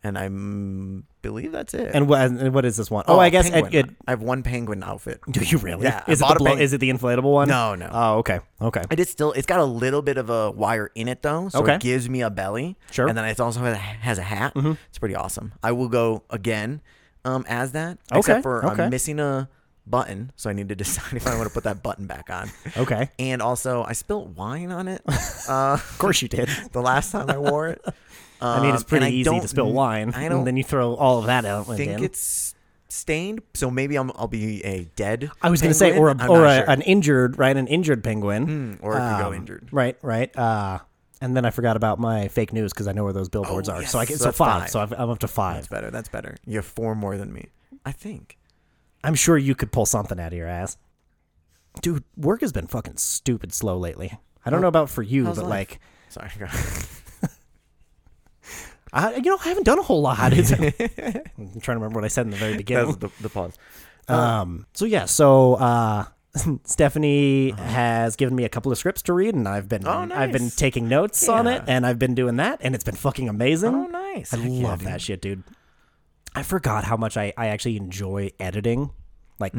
Speaker 1: and I mm, believe that's it.
Speaker 2: And what, and what is this one? Oh, I guess it, it,
Speaker 1: penguin. I have one penguin outfit.
Speaker 2: do you really?
Speaker 1: Yeah, I
Speaker 2: Is it,
Speaker 1: bought
Speaker 2: the
Speaker 1: a
Speaker 2: blow,
Speaker 1: penguin.
Speaker 2: is it the inflatable one?
Speaker 1: No, no.
Speaker 2: Oh, okay. Okay.
Speaker 1: It is still. It's got a little bit of a wire in it though, so
Speaker 2: Okay.
Speaker 1: it gives me a belly.
Speaker 2: Sure. Mm-hmm.
Speaker 1: And then it also has a, has a hat. It's pretty awesome. I will go again um, as that.
Speaker 2: Okay,
Speaker 1: Except for
Speaker 2: okay.
Speaker 1: I'm missing a button, so I need to decide if I want to put that button back on.
Speaker 2: Okay.
Speaker 1: And also, I spilled wine on it. Uh,
Speaker 2: Of course you did.
Speaker 1: the last time I wore it.
Speaker 2: I mean,
Speaker 1: Um,
Speaker 2: it's
Speaker 1: and
Speaker 2: pretty
Speaker 1: I
Speaker 2: easy
Speaker 1: don't
Speaker 2: to spill wine.
Speaker 1: I don't
Speaker 2: and then you throw all of that out.
Speaker 1: I think it's stained, so maybe I'm, I'll be a dead.
Speaker 2: I was going to say, or,
Speaker 1: penguin.
Speaker 2: a,
Speaker 1: I'm
Speaker 2: or a,
Speaker 1: not sure.
Speaker 2: an injured, right? An injured penguin.
Speaker 1: Mm, or it could go
Speaker 2: Um,
Speaker 1: injured.
Speaker 2: Right, right. Uh, and then I forgot about my fake news because I know where those billboards
Speaker 1: Oh,
Speaker 2: are.
Speaker 1: yes,
Speaker 2: So I can, so
Speaker 1: that's
Speaker 2: five.
Speaker 1: five.
Speaker 2: So I've, I'm up to
Speaker 1: That's
Speaker 2: five.
Speaker 1: better. That's better. You have four more than me. I think.
Speaker 2: I'm sure you could pull something out of your ass. Dude, work has been fucking stupid slow lately. I don't know about for you,
Speaker 1: how's
Speaker 2: but
Speaker 1: life?
Speaker 2: like,
Speaker 1: Sorry. go-
Speaker 2: I, you know, I haven't done a whole lot. It's- I'm trying to remember what I said in the very
Speaker 1: that
Speaker 2: beginning.
Speaker 1: was the, the pause. Uh-huh.
Speaker 2: Um, so yeah, so uh, Stephanie has given me a couple of scripts to read, and I've been
Speaker 1: Uh-huh. Oh,
Speaker 2: I've been
Speaker 1: nice.
Speaker 2: taking notes on it,
Speaker 1: Yeah.
Speaker 2: and I've been doing that, and it's been fucking amazing.
Speaker 1: Oh, nice.
Speaker 2: I
Speaker 1: Heck yeah,
Speaker 2: love
Speaker 1: dude.
Speaker 2: that shit, dude. I forgot how much I, I actually enjoy editing, like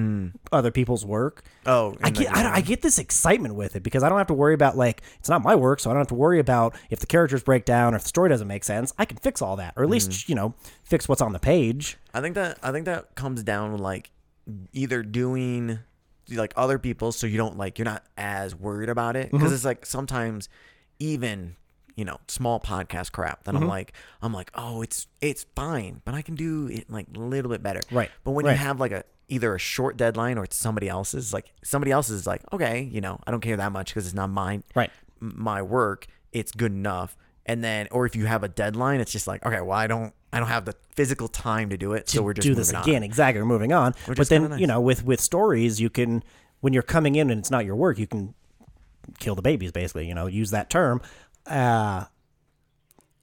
Speaker 2: other people's work.
Speaker 1: Oh,
Speaker 2: I
Speaker 1: Mm. and
Speaker 2: get
Speaker 1: then-
Speaker 2: I, I get this excitement with it because I don't have to worry about like it's not my work, so I don't have to worry about if the characters break down or if the story doesn't make sense. I can fix all that, or at least
Speaker 1: Mm-hmm.
Speaker 2: you know fix what's on the page.
Speaker 1: I think that I think that comes down to, like either doing like other people so you don't like you're not as worried about it
Speaker 2: Mm-hmm.
Speaker 1: because it's like sometimes even you know small podcast crap that I'm
Speaker 2: Mm-hmm.
Speaker 1: like I'm like oh it's it's fine but I can do it like a little bit better
Speaker 2: Right,
Speaker 1: but when
Speaker 2: right.
Speaker 1: you have like a either a short deadline or it's somebody else's like somebody else's is like okay you know I don't care that much because it's not mine
Speaker 2: Right.
Speaker 1: m- my work, it's good enough. And then, or if you have a deadline, it's just like, okay, well, I don't, I don't have the physical time to do it, so we're just
Speaker 2: do this
Speaker 1: moving on.
Speaker 2: again. Exactly. We're moving on. but
Speaker 1: just
Speaker 2: then,
Speaker 1: kinda
Speaker 2: you know, with with stories, you can when you're coming in and it's not your work, you can kill the babies basically, you know, use that term. Uh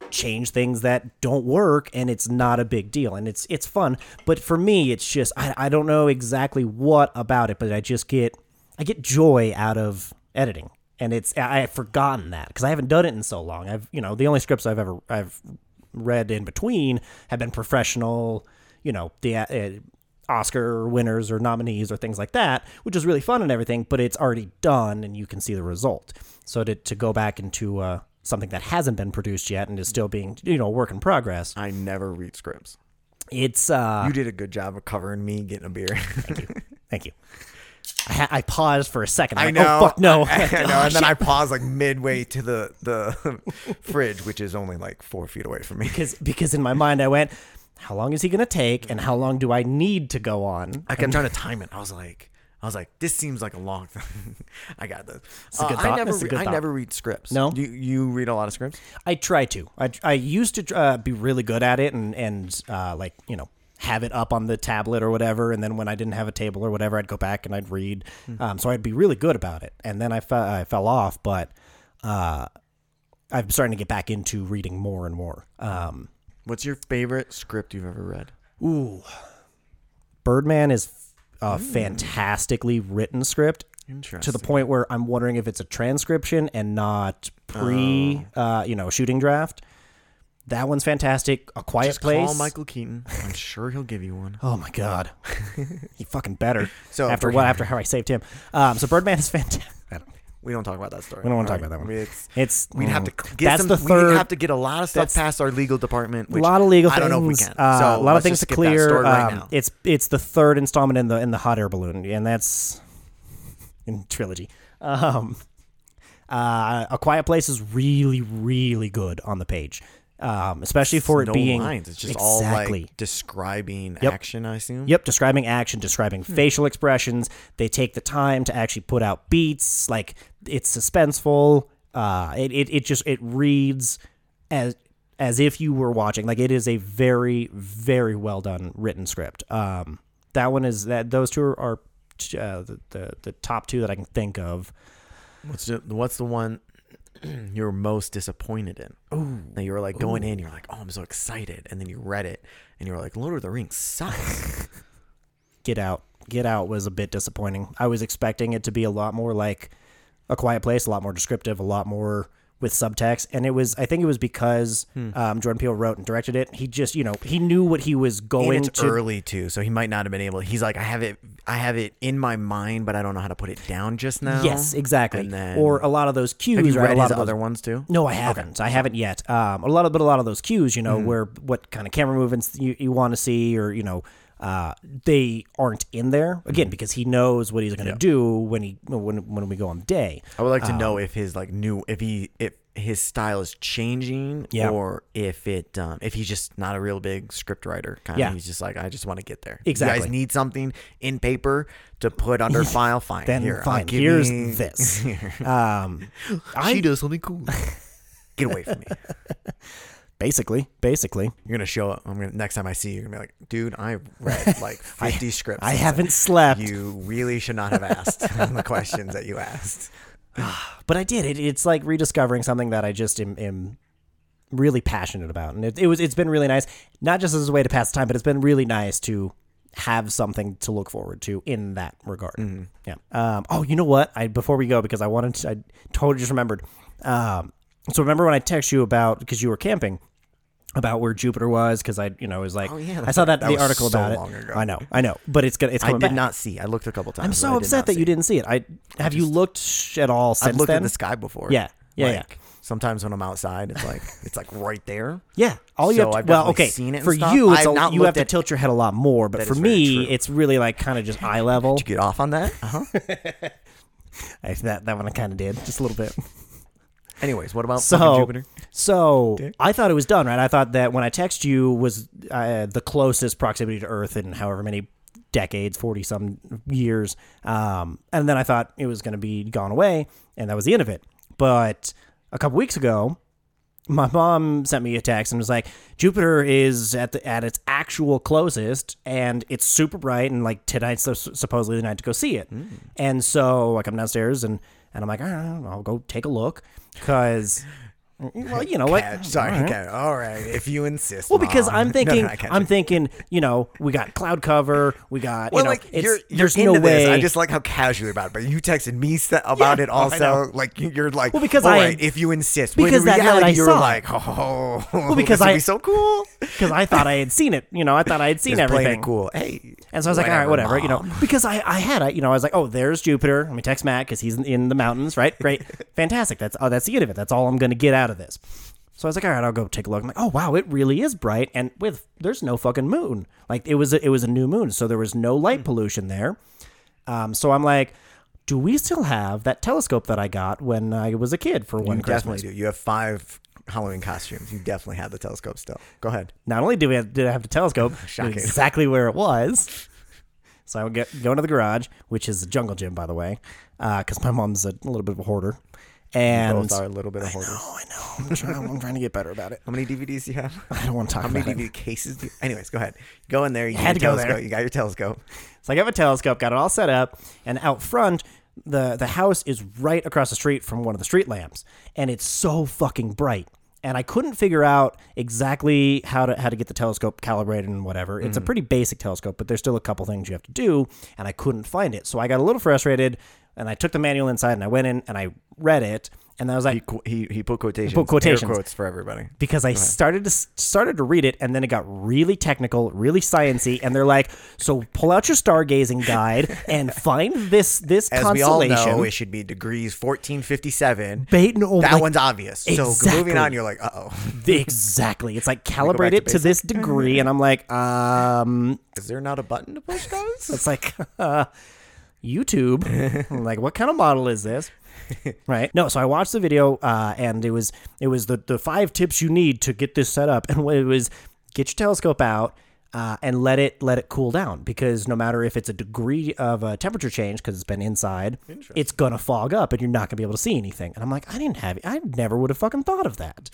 Speaker 2: change things that don't work and it's not a big deal and it's it's fun. But for me it's just I, I don't know exactly what about it, but I just get I get joy out of editing. And it's I, I've forgotten that because I haven't done it in so long. I've you know, the only scripts I've ever I've read in between have been professional, you know, the uh, Oscar winners or nominees or things like that, which is really fun and everything, but it's already done and you can see the result. So to, to go back into uh, something that hasn't been produced yet and is still being, you know, a work in progress,
Speaker 1: I never read scripts.
Speaker 2: it's. Uh,
Speaker 1: You did a good job of covering me getting a beer.
Speaker 2: thank you. I, ha- I paused for a second. I'm
Speaker 1: I
Speaker 2: like,
Speaker 1: know.
Speaker 2: Oh, fuck no.
Speaker 1: I, know. and then I pause like midway to the the fridge, which is only like four feet away from me.
Speaker 2: because because in my mind I went, how long is he going to take and how long do I need to go on?
Speaker 1: I kept trying to time it. I was like, I was like, this seems like a long thing. I got this.
Speaker 2: a good
Speaker 1: Uh,
Speaker 2: thought.
Speaker 1: I never,
Speaker 2: That's a
Speaker 1: re-
Speaker 2: good
Speaker 1: I
Speaker 2: thought.
Speaker 1: never read scripts.
Speaker 2: No?
Speaker 1: you you read a lot of scripts.
Speaker 2: I try to. I, I used to uh, be really good at it and and uh, like you know have it up on the tablet or whatever. And then when I didn't have a table or whatever, I'd go back and I'd read. Um, so I'd be really good about it. And then I fe- I fell off, but uh, I'm starting to get back into reading more and more. Um,
Speaker 1: What's your favorite script you've ever read?
Speaker 2: ooh, Birdman is a fantastically written script to
Speaker 1: Interesting.
Speaker 2: the point where I'm wondering if it's a transcription and not pre,
Speaker 1: Oh.
Speaker 2: uh, you know, shooting draft. That one's fantastic. A Quiet Place.
Speaker 1: Call Michael Keaton. I'm sure he'll give you one.
Speaker 2: Oh my god, he fucking better.
Speaker 1: So,
Speaker 2: after what? After how I saved him. Um, so Birdman is fantastic.
Speaker 1: We don't talk about that story.
Speaker 2: We don't wanna talk about that one.
Speaker 1: It's,
Speaker 2: It's
Speaker 1: we'd have to
Speaker 2: mm,
Speaker 1: get
Speaker 2: that's
Speaker 1: some,
Speaker 2: the third.
Speaker 1: We'd have to get a lot of stuff
Speaker 2: that's-
Speaker 1: past our legal department.
Speaker 2: a
Speaker 1: Which
Speaker 2: lot of legal
Speaker 1: I
Speaker 2: things.
Speaker 1: don't know if we can.
Speaker 2: Uh,
Speaker 1: so
Speaker 2: a lot of
Speaker 1: let's
Speaker 2: things
Speaker 1: just
Speaker 2: to
Speaker 1: skip that
Speaker 2: clear.
Speaker 1: story right
Speaker 2: Um,
Speaker 1: now.
Speaker 2: It's it's the third installment in the in the hot air balloon, and that's in trilogy. Um, uh, a Quiet Place is really really good on the page, um, especially for
Speaker 1: no
Speaker 2: it being
Speaker 1: lines. It's just all
Speaker 2: exactly.
Speaker 1: like describing action. I assume.
Speaker 2: Yep, describing action, describing facial expressions. They take the time to actually put out beats. Like it's suspenseful. Uh, it, it, it just it reads as as if you were watching. Like it is a very very well done written script. Um, that one is that those two are, are uh, the, the the top two that I can think of.
Speaker 1: What's the, what's the one you're most disappointed in? Ooh. That you were like going in, you're like, oh, I'm so excited, and then you read it, and you were like, Lord of the Rings sucks.
Speaker 2: Get Out, Get Out was a bit disappointing. I was expecting it to be a lot more like a quiet place, a lot more descriptive, a lot more with subtext. And it was, I think it was because
Speaker 1: Hmm.
Speaker 2: um, Jordan Peele wrote and directed it. He just, you know, he knew what he was
Speaker 1: And
Speaker 2: going
Speaker 1: it's
Speaker 2: to.
Speaker 1: early too, so he might not have been able. He's like, I have it, I have it in my mind, but I don't know how to put it down just now.
Speaker 2: Yes, exactly.
Speaker 1: And then,
Speaker 2: or a lot of those cues.
Speaker 1: have you
Speaker 2: right?
Speaker 1: read
Speaker 2: a lot
Speaker 1: his
Speaker 2: of those-
Speaker 1: other ones too?
Speaker 2: No, I haven't. I haven't yet. Um, a lot of, but a lot of those cues, you
Speaker 1: Hmm.
Speaker 2: know, where what kind of camera movements you, you want to see, or you know, uh, they aren't in there
Speaker 1: Hmm.
Speaker 2: again because he knows what he's going to do when he when when we go on day.
Speaker 1: I would like to
Speaker 2: Um,
Speaker 1: know if his like new, if he, if his style is changing,
Speaker 2: Yeah.
Speaker 1: or if it, um, if he's just not a real big script writer. Kind
Speaker 2: Yeah.
Speaker 1: of, he's just like, I just want to get there. You
Speaker 2: Exactly.
Speaker 1: guys need something in paper to put under file. Fine.
Speaker 2: Then
Speaker 1: Here, I'll
Speaker 2: fine,
Speaker 1: give
Speaker 2: here's
Speaker 1: you-
Speaker 2: this. um,
Speaker 1: she does something cool. Get away from me.
Speaker 2: basically, basically,
Speaker 1: You're gonna show up. I'm gonna next time I see you. You're gonna be like, dude, I read like 50 scripts.
Speaker 2: I
Speaker 1: It's
Speaker 2: haven't slept,
Speaker 1: like, You really should not have asked the questions that you asked.
Speaker 2: but I did. It, it's like rediscovering something that I just am. am really passionate about and it, it was it's been really nice not just as a way to pass the time but it's been really nice to have something to look forward to in that regard
Speaker 1: Mm-hmm.
Speaker 2: yeah um oh you know what i before we go because i wanted to i totally just remembered um so remember when i text you about because you were camping about where jupiter was because i you know it was like
Speaker 1: Oh, yeah,
Speaker 2: i saw that,
Speaker 1: that
Speaker 2: the
Speaker 1: was
Speaker 2: article
Speaker 1: so
Speaker 2: about
Speaker 1: long
Speaker 2: it
Speaker 1: ago.
Speaker 2: i know i know but it's gonna it's
Speaker 1: I
Speaker 2: coming
Speaker 1: did
Speaker 2: back.
Speaker 1: not see. I looked a couple times.
Speaker 2: i'm so upset that you didn't see it i have you looked at all since
Speaker 1: I've looked
Speaker 2: then
Speaker 1: at the sky before.
Speaker 2: Yeah. Yeah,
Speaker 1: Like,
Speaker 2: yeah.
Speaker 1: Sometimes when I'm outside, it's like it's like right there.
Speaker 2: Yeah, all you
Speaker 1: So
Speaker 2: have to,
Speaker 1: I've
Speaker 2: well,
Speaker 1: definitely
Speaker 2: okay.
Speaker 1: seen it and
Speaker 2: for
Speaker 1: stuff.
Speaker 2: you,
Speaker 1: I
Speaker 2: it's
Speaker 1: have
Speaker 2: a,
Speaker 1: not
Speaker 2: you have
Speaker 1: looked
Speaker 2: to
Speaker 1: at-
Speaker 2: tilt your head a lot more. But for
Speaker 1: is very
Speaker 2: me,
Speaker 1: true.
Speaker 2: it's really like kind of just eye level.
Speaker 1: Did you get off on that? Uh-huh.
Speaker 2: I, that that one I kind of did just a little bit.
Speaker 1: Anyways, what about fucking
Speaker 2: So,
Speaker 1: Jupiter?
Speaker 2: so I thought it was done, right? I thought that when I text you was uh, the closest proximity to Earth in however many decades, forty some years, um, and then I thought it was going to be gone away, and that was the end of it. But a couple weeks ago, my mom sent me a text and was like, Jupiter is at the at its actual closest, and it's super bright, and like tonight's the, supposedly the night to go see
Speaker 1: Hmm.
Speaker 2: it. And so, like, I'm downstairs and and I'm like, all right, I'll go take a look, because. Well, you know what?
Speaker 1: Catch. Sorry,
Speaker 2: All right.
Speaker 1: okay. All right. If you insist.
Speaker 2: Well, because
Speaker 1: Mom.
Speaker 2: I'm
Speaker 1: No,
Speaker 2: thinking,
Speaker 1: no, I catch
Speaker 2: I'm
Speaker 1: it.
Speaker 2: thinking, you know, we got cloud cover, we got,
Speaker 1: Well,
Speaker 2: you know,
Speaker 1: like
Speaker 2: it's,
Speaker 1: you're, you're
Speaker 2: there's
Speaker 1: into
Speaker 2: no
Speaker 1: this.
Speaker 2: way.
Speaker 1: I just like how casual you're about it. But you texted me st- about
Speaker 2: Yeah.
Speaker 1: it
Speaker 2: Oh, I know.
Speaker 1: also. Like you- you're like,
Speaker 2: Well, because
Speaker 1: "All
Speaker 2: I-
Speaker 1: right, if you insist. When in
Speaker 2: because that night
Speaker 1: reality,
Speaker 2: I
Speaker 1: you were
Speaker 2: saw it.
Speaker 1: like, oh,
Speaker 2: because
Speaker 1: this would
Speaker 2: I-
Speaker 1: be so cool.
Speaker 2: because I thought I had seen it. You know, I thought I had seen
Speaker 1: Just
Speaker 2: everything.
Speaker 1: playing it cool. Hey,
Speaker 2: And so I was like, all right, whatever, you know,
Speaker 1: Mom.
Speaker 2: because I, I had, I, you know, I was like, oh, there's Jupiter. Let me text Matt because he's in, in the mountains, right? Great, fantastic. That's oh, that's the end of it. That's all I'm going to get out of this. So I was like, all right, I'll go take a look. I'm like, oh wow, it really is bright, and with there's no fucking moon. Like it was a, it was a new moon, so there was no
Speaker 1: Hmm.
Speaker 2: light pollution there. Um, so I'm like, do we still have that telescope that I got when I was a kid for one
Speaker 1: You
Speaker 2: Christmas?
Speaker 1: definitely do. You have five Halloween costumes. You definitely have the telescope still. Go ahead.
Speaker 2: not only did we have, did I have the telescope, knew
Speaker 1: Shocking.
Speaker 2: exactly where it was. So I would get, go into the garage, which is a jungle gym, by the way, because my mom's a little bit of a hoarder. And
Speaker 1: Both are a little bit of hoarders.
Speaker 2: oh, I know, I'm trying, I'm trying to get better about it.
Speaker 1: How many DVDs do you have?
Speaker 2: I don't want to talk
Speaker 1: How
Speaker 2: about
Speaker 1: many
Speaker 2: it.
Speaker 1: DVD cases? Do you... Anyways, go ahead. Go in there. You got
Speaker 2: had
Speaker 1: your
Speaker 2: to go there.
Speaker 1: telescope. You got your telescope.
Speaker 2: So I got a telescope, got it all set up, and out front, the the house is right across the street from one of the street lamps, and it's so fucking bright. And I couldn't figure out exactly how to how to get the telescope calibrated and whatever. It's a pretty basic telescope, but there's still a couple things you have to do, and I couldn't find it. So I got a little frustrated, and I took the manual inside and I went in and I read it, and I was like,
Speaker 1: Qu- He he put quotations.
Speaker 2: Put quotations.
Speaker 1: Air quotes for everybody.
Speaker 2: because I started to started to read it, and then it got really technical, really sciency, and they're like, "So pull out your stargazing guide and find this this
Speaker 1: As we all
Speaker 2: constellation."
Speaker 1: know, it should be degrees 1457.
Speaker 2: Bait and oh,
Speaker 1: That
Speaker 2: like,
Speaker 1: one's obvious. So
Speaker 2: Exactly.
Speaker 1: moving on, you're like, uh oh.
Speaker 2: exactly. It's like calibrate
Speaker 1: back
Speaker 2: it
Speaker 1: to
Speaker 2: to this degree, and I'm like, um,
Speaker 1: Is there not a button to push those?
Speaker 2: it's like uh, YouTube. I'm like, what kind of model is this? Right. No. So I watched the video, uh, and it was it was the the five tips you need to get this set up, and what it was get your telescope out. Uh, and let it let it cool down because no matter if it's a degree of a temperature change because it's been inside, it's gonna fog up and you're not gonna be able to see anything. And I'm like, I didn't have I never would have fucking thought of that.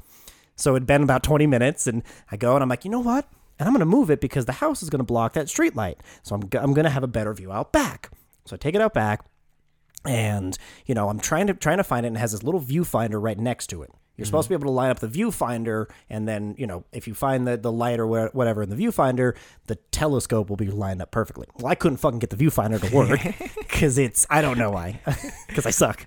Speaker 2: So it'd been about 20 minutes, and I go and I'm like, you know what? And I'm going to move it because the house is going to block that street light. So I'm, g- I'm going to have a better view out back. So I take it out back, and you know I'm trying to trying to find it, and it has this little viewfinder right next to it. You're supposed to
Speaker 1: Mm-hmm.
Speaker 2: be able to line up the viewfinder, and then you know if you find the the light or wha- whatever in the viewfinder, the telescope will be lined up perfectly. Well, I couldn't fucking get the viewfinder to work because it's I don't know why because I suck.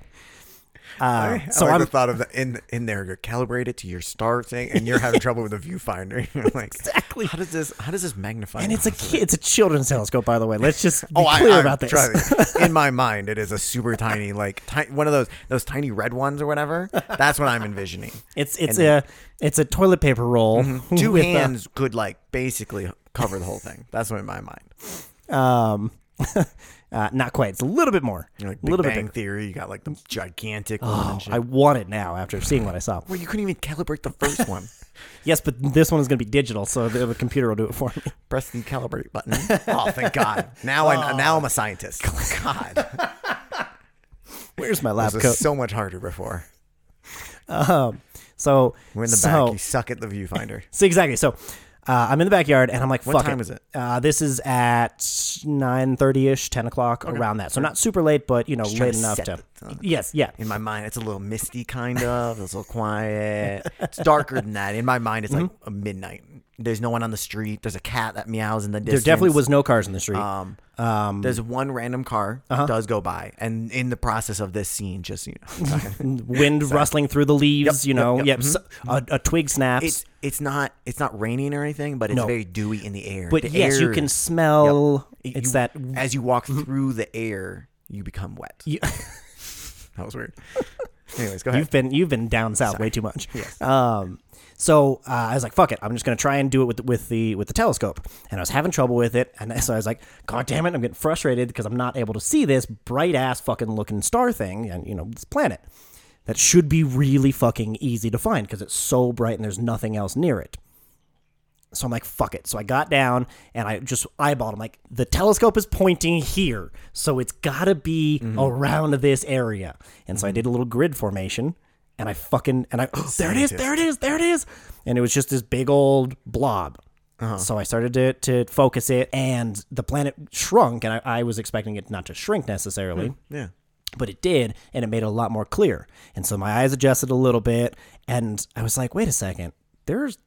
Speaker 2: Uh,
Speaker 1: I
Speaker 2: so
Speaker 1: like
Speaker 2: I'm
Speaker 1: the thought of the, in in there. You're calibrated to your star thing, and you're having trouble with the viewfinder. You're like,
Speaker 2: exactly.
Speaker 1: how does this? How does this magnify?
Speaker 2: And it's a ki- it's a children's telescope, by the way. Let's just be
Speaker 1: oh, I,
Speaker 2: clear
Speaker 1: I'm
Speaker 2: about this.
Speaker 1: trying to- in my mind, it is a super tiny, like ti- one of those those tiny red ones or whatever. That's what I'm envisioning.
Speaker 2: It's it's a it's a toilet paper roll.
Speaker 1: Two
Speaker 2: with, uh,
Speaker 1: hands could like basically cover the whole thing. That's what in my mind.
Speaker 2: um, uh, not quite. It's a little bit more.
Speaker 1: You know, like
Speaker 2: a
Speaker 1: Big
Speaker 2: little
Speaker 1: Bang
Speaker 2: bit.
Speaker 1: Theory. You got like the gigantic one.
Speaker 2: Oh,
Speaker 1: and shit.
Speaker 2: I want it now after seeing what I saw.
Speaker 1: Well, you couldn't even calibrate the first one.
Speaker 2: Yes, but this one is going to be digital, so the, the computer will do it for me.
Speaker 1: Press the calibrate button. Oh, thank God! Now
Speaker 2: Oh.
Speaker 1: I now I'm a scientist. God,
Speaker 2: Where's my
Speaker 1: this
Speaker 2: lab coat?
Speaker 1: was so much harder before.
Speaker 2: Um, so
Speaker 1: We're in the
Speaker 2: so,
Speaker 1: back. You suck at the viewfinder.
Speaker 2: So exactly. So uh, I'm in the backyard and I'm like,
Speaker 1: What
Speaker 2: fuck
Speaker 1: time
Speaker 2: it.
Speaker 1: is it?
Speaker 2: Uh, this is at 9:30 ish, 10 o'clock around that. So not super late, but you know,
Speaker 1: trying
Speaker 2: late
Speaker 1: to
Speaker 2: enough
Speaker 1: set
Speaker 2: to.
Speaker 1: the time.
Speaker 2: Yes, yeah.
Speaker 1: In my mind, it's a little misty, kind of. It's a little quiet. It's darker than that. In my mind, it's like
Speaker 2: Mm-hmm.
Speaker 1: a midnight. There's no one on the street. There's a cat that meows in the
Speaker 2: There
Speaker 1: distance.
Speaker 2: definitely was no cars in the street.
Speaker 1: Um, there's one random car
Speaker 2: Uh-huh.
Speaker 1: does go by, and in the process of this scene, just you know,
Speaker 2: Wind rustling through the leaves, you know. Yep, so- a, a twig snaps.
Speaker 1: mm-hmm, it's it's not it's not raining or anything, but it's
Speaker 2: No.
Speaker 1: very dewy in the air.
Speaker 2: but
Speaker 1: The
Speaker 2: yes,
Speaker 1: air
Speaker 2: you can
Speaker 1: is-
Speaker 2: smell. It's
Speaker 1: you-
Speaker 2: that.
Speaker 1: as you walk through the air, you become wet.
Speaker 2: You,
Speaker 1: That was weird. Anyways, go ahead.
Speaker 2: You've been you've been down south way too much. Um, so uh, I was like, fuck it, I'm just gonna try and do it with with the with the telescope. And I was having trouble with it, and so I was like, god damn it, I'm getting frustrated because I'm not able to see this bright ass fucking looking star thing, and you know this planet that should be really fucking easy to find because it's so bright and there's nothing else near it. So I'm like, fuck it. So I got down and I just eyeballed. I'm like, the telescope is pointing here. So it's got to be around this area. And so I did a little grid formation and I fucking, and I, there it is, there it is, there it is. And it was just this big old blob. So I started to, to focus it and the planet shrunk and I, I was expecting it not to shrink necessarily
Speaker 1: Yeah.
Speaker 2: but it did and it made it a lot more clear and so my eyes adjusted a little bit and i was like wait a second there's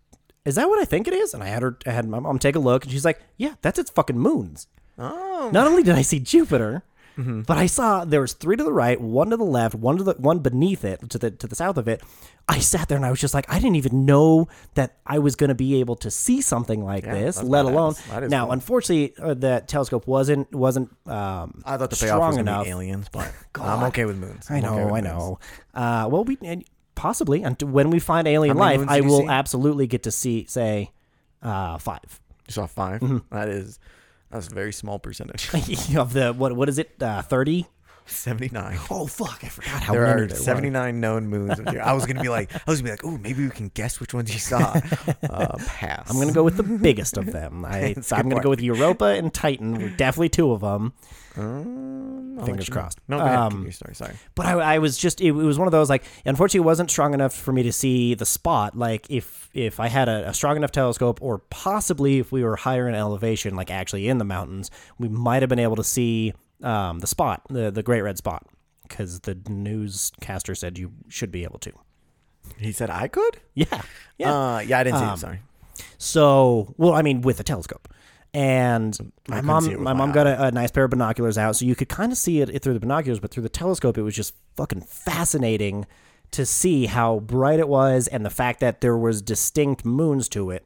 Speaker 2: is that what i think it is and i had her i had my mom take a look and she's like yeah that's its fucking moons
Speaker 1: Oh.
Speaker 2: not only did i see jupiter
Speaker 1: Mm-hmm.
Speaker 2: but i saw there was three to the right one to the left one to the one beneath it to the to the south of it i sat there and i was just like i didn't even know that i was going to be able to see something like this let alone
Speaker 1: That is
Speaker 2: now
Speaker 1: cool.
Speaker 2: unfortunately uh, that telescope wasn't wasn't um
Speaker 1: I thought the
Speaker 2: strong
Speaker 1: payoff was gonna
Speaker 2: enough
Speaker 1: be aliens, but I'm okay with moons.
Speaker 2: I
Speaker 1: I'm okay
Speaker 2: know,
Speaker 1: with
Speaker 2: I
Speaker 1: moons.
Speaker 2: know. Uh, well, we and possibly and when we find alien
Speaker 1: many
Speaker 2: life,
Speaker 1: moons
Speaker 2: I
Speaker 1: did you
Speaker 2: will
Speaker 1: see?
Speaker 2: absolutely get to see say uh, five
Speaker 1: You saw 5
Speaker 2: Mm-hmm.
Speaker 1: That is that's a very small percentage.
Speaker 2: of the what what is it uh, thirty?
Speaker 1: Seventy nine.
Speaker 2: oh fuck, I forgot how
Speaker 1: There
Speaker 2: many
Speaker 1: are
Speaker 2: there were.
Speaker 1: seventy nine known moons. Of Jupiter. I was gonna be like, I was gonna be like, oh, maybe we can guess which ones you saw. Uh, pass.
Speaker 2: I'm gonna go with the biggest of them. I,
Speaker 1: That's a
Speaker 2: I'm
Speaker 1: good
Speaker 2: gonna go with Europa and Titan. We're definitely two of them.
Speaker 1: Um, I'll
Speaker 2: Fingers
Speaker 1: let you-
Speaker 2: crossed.
Speaker 1: No, go ahead.
Speaker 2: Um,
Speaker 1: Continue your story. Sorry.
Speaker 2: But I, I was just it, it was one of those like unfortunately it wasn't strong enough for me to see the spot. Like if if I had a, a strong enough telescope or possibly if we were higher in elevation, like actually in the mountains, we might have been able to see um, the spot, the the Great Red Spot, because the newscaster said you should be able to.
Speaker 1: He said I could.
Speaker 2: Yeah, yeah.
Speaker 1: Yeah. Uh, yeah, I
Speaker 2: um,
Speaker 1: didn't see. it. Sorry.
Speaker 2: So, well, I mean, with a telescope. And my
Speaker 1: couldn't see it with
Speaker 2: mom,
Speaker 1: my
Speaker 2: my mom got a, a nice pair of binoculars out, so you could kind of see it through the binoculars, but through the telescope, it was just fucking fascinating to see how bright it was, and the fact that there was distinct moons to it.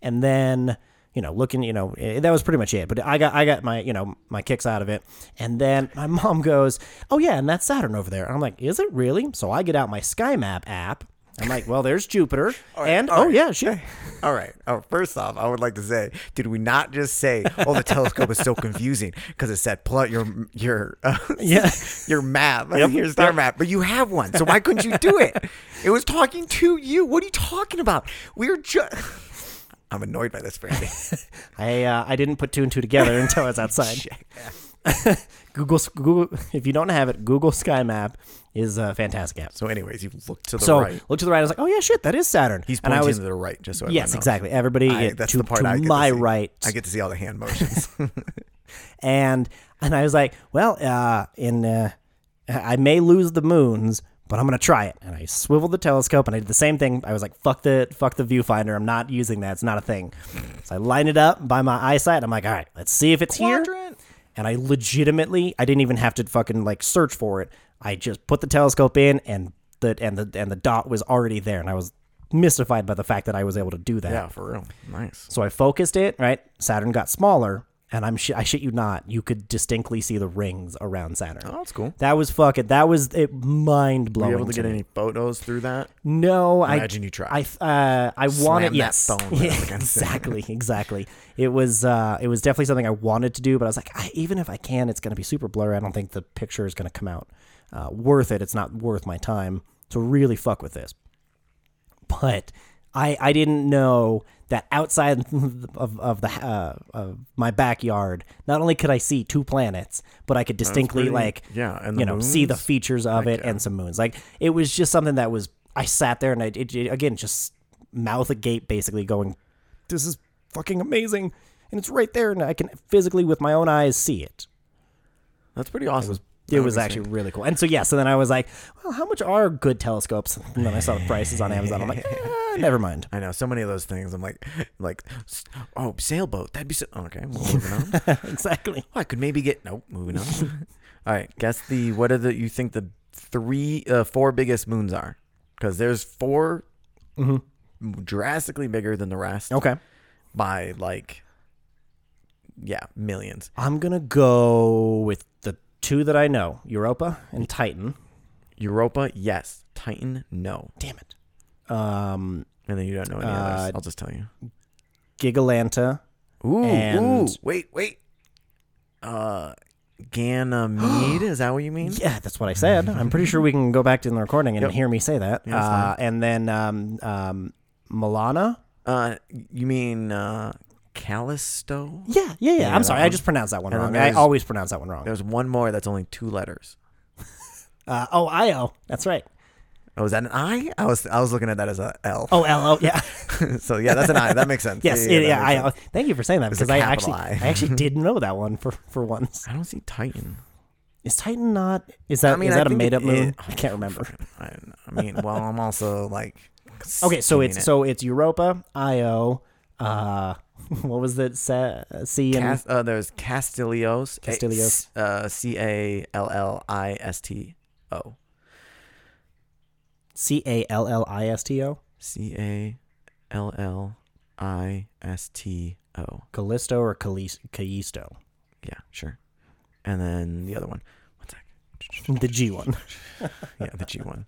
Speaker 2: And then, you know, looking, you know, eh, that was pretty much it. But I got, I got my, you know, my kicks out of it. And then my mom goes, "Oh yeah, and that's Saturn over there." And I'm like, "Is it really?" So I get out my SkyMap app. I'm like, "Well, there's Jupiter, and oh yeah, shit."
Speaker 1: All right. Oh, first off, I would like to say, did we not just say, "Oh, the telescope is so confusing" because it said pull out your your uh,
Speaker 2: Yeah.
Speaker 1: your map, your star map, but you have one, so why couldn't you do it? It was talking to you. What are you talking about? We were just. I'm annoyed by this, Brandy.
Speaker 2: I uh, I didn't put two and two together until I was outside. Google Google. If you don't have it, Google Sky Map is a fantastic app.
Speaker 1: so, anyways, you look to the
Speaker 2: So
Speaker 1: right.
Speaker 2: look to the right. I was like, oh yeah, shit, that is Saturn.
Speaker 1: He's
Speaker 2: and I
Speaker 1: pointing
Speaker 2: was
Speaker 1: to the right, just so everyone
Speaker 2: yes,
Speaker 1: knows.
Speaker 2: exactly. Everybody
Speaker 1: I,
Speaker 2: uh,
Speaker 1: that's
Speaker 2: to,
Speaker 1: the part
Speaker 2: to
Speaker 1: I get to
Speaker 2: my
Speaker 1: see.
Speaker 2: right,
Speaker 1: I get to see all the hand motions.
Speaker 2: and and I was like, well, uh, in uh, I may lose the moons, but I'm gonna try it. And I swiveled the telescope and I did the same thing. I was like, fuck the fuck the viewfinder. I'm not using that. It's not a thing. So I lined it up by my eyesight. I'm like, all right, let's see if it's here.
Speaker 1: Quadrant.
Speaker 2: And I legitimately, I didn't even have to fucking like search for it. I just put the telescope in and the and the and the dot was already there. And I was mystified by the fact that I was able to do that.
Speaker 1: Yeah, for real. Nice.
Speaker 2: So I focused it, right? Saturn got smaller, and I'm sh- I shit you not, you could distinctly see the rings around Saturn.
Speaker 1: Oh, that's cool.
Speaker 2: That was fucking. That was it. Mind
Speaker 1: Were
Speaker 2: blowing.
Speaker 1: you able to get any photos through that?
Speaker 2: No, I
Speaker 1: Imagine you tried.
Speaker 2: I uh, I wanted
Speaker 1: that
Speaker 2: yes,
Speaker 1: phone up
Speaker 2: Yeah,
Speaker 1: against it.
Speaker 2: exactly, exactly. It was uh, it was definitely something I wanted to do, but I was like, I, even if I can, it's going to be super blurry. I don't think the picture is going to come out uh, worth it. It's not worth my time to really fuck with this. But I I didn't know that outside of of the uh, of my backyard, not only could I see two planets, but I could distinctly
Speaker 1: pretty-
Speaker 2: like
Speaker 1: yeah, and the
Speaker 2: you know see the
Speaker 1: moons.
Speaker 2: features of it and some moons. Like it was just something that was I sat there and I it, it- again just mouth agape basically going, this is fucking amazing, and it's right there, and I can physically with my own eyes see it.
Speaker 1: That's pretty awesome.
Speaker 2: It was actually really cool. And so yeah, so then I was like, well, how much are good telescopes? And then I saw the prices on Amazon. I'm like, eh, never mind.
Speaker 1: I know so many of those things. I'm like, like, s- oh, sailboat. That'd be so. Okay, well, moving on. Oh,
Speaker 2: exactly.
Speaker 1: I could maybe get. Nope, moving on. All right, guess the what are the you think the three, uh, four biggest moons are? Because there's 4 drastically bigger than the rest
Speaker 2: Mm-hmm. Okay.
Speaker 1: by like, yeah, millions.
Speaker 2: I'm gonna go with the two that I know: Europa and Titan.
Speaker 1: Europa, yes. Titan, no.
Speaker 2: Damn it. Um,
Speaker 1: And then you don't know any
Speaker 2: Uh,
Speaker 1: others. I'll just tell you.
Speaker 2: Gigalanta.
Speaker 1: Ooh,
Speaker 2: and-
Speaker 1: ooh, wait, wait. Uh, Ganymede. is that what you mean?
Speaker 2: Yeah, that's what I said. I'm pretty sure we can go back to the recording and hear me say
Speaker 1: that's
Speaker 2: that.
Speaker 1: fine.
Speaker 2: uh, and then um, um, Milana.
Speaker 1: Uh, you mean uh, Callisto?
Speaker 2: Yeah, yeah, yeah. I'm
Speaker 1: that
Speaker 2: sorry, I
Speaker 1: one.
Speaker 2: just pronounced that one
Speaker 1: And then
Speaker 2: wrong. I
Speaker 1: there's-
Speaker 2: always pronounce that one wrong.
Speaker 1: There's one more that's only two letters.
Speaker 2: Uh, oh, Io. That's right.
Speaker 1: Oh, is that an I? I was I was looking at that as a L.
Speaker 2: Oh, L O. Yeah.
Speaker 1: so yeah, that's an I. That makes sense.
Speaker 2: yes. Yeah.
Speaker 1: that makes
Speaker 2: I,
Speaker 1: sense.
Speaker 2: thank you for saying that
Speaker 1: a
Speaker 2: because I actually,
Speaker 1: capital
Speaker 2: I.
Speaker 1: I.
Speaker 2: actually didn't know that one for for once.
Speaker 1: I don't see Titan.
Speaker 2: Is Titan not? Is that is
Speaker 1: I mean, I
Speaker 2: that a
Speaker 1: think
Speaker 2: made up
Speaker 1: it-
Speaker 2: moon?
Speaker 1: it-
Speaker 2: I can't remember.
Speaker 1: I, I mean, well, I'm also like.
Speaker 2: Okay, so
Speaker 1: skimming
Speaker 2: it's
Speaker 1: it.
Speaker 2: so it's Europa, Io. Uh, what was that? Sa- C and
Speaker 1: Cas- uh, there's Castilios. A-
Speaker 2: Castilios.
Speaker 1: Uh, C A L L I S T O.
Speaker 2: C A L L I S T O.
Speaker 1: C A L L I S T O.
Speaker 2: Callisto or Callis- Callisto?
Speaker 1: Yeah, sure. And then the other one. One sec.
Speaker 2: The G one.
Speaker 1: Yeah, the G one.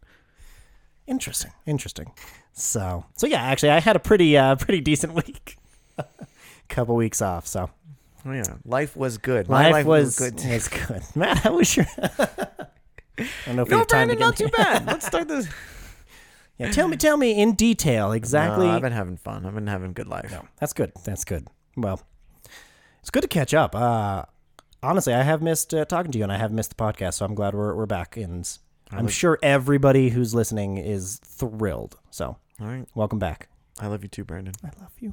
Speaker 2: Interesting. Interesting. So, so yeah, actually, I had a pretty, uh, pretty decent week. Couple weeks off, so
Speaker 1: Oh yeah, life was good. My
Speaker 2: life, was,
Speaker 1: good.
Speaker 2: good. was good. Matt, how was your? I don't know if we
Speaker 1: No,
Speaker 2: have time to
Speaker 1: Brandon,
Speaker 2: get
Speaker 1: not too
Speaker 2: into-
Speaker 1: bad. Let's start this.
Speaker 2: Yeah, tell me, tell me in detail exactly.
Speaker 1: No, I've been having fun. I've been having a good life.
Speaker 2: That's good. That's good. Well, it's good to catch up. Uh, honestly, I have missed uh, talking to you, and I have missed the podcast. So I'm glad we're we're back, and I'm sure everybody who's listening is thrilled. So
Speaker 1: All right.
Speaker 2: welcome back.
Speaker 1: I love you too, Brandon.
Speaker 2: I love you.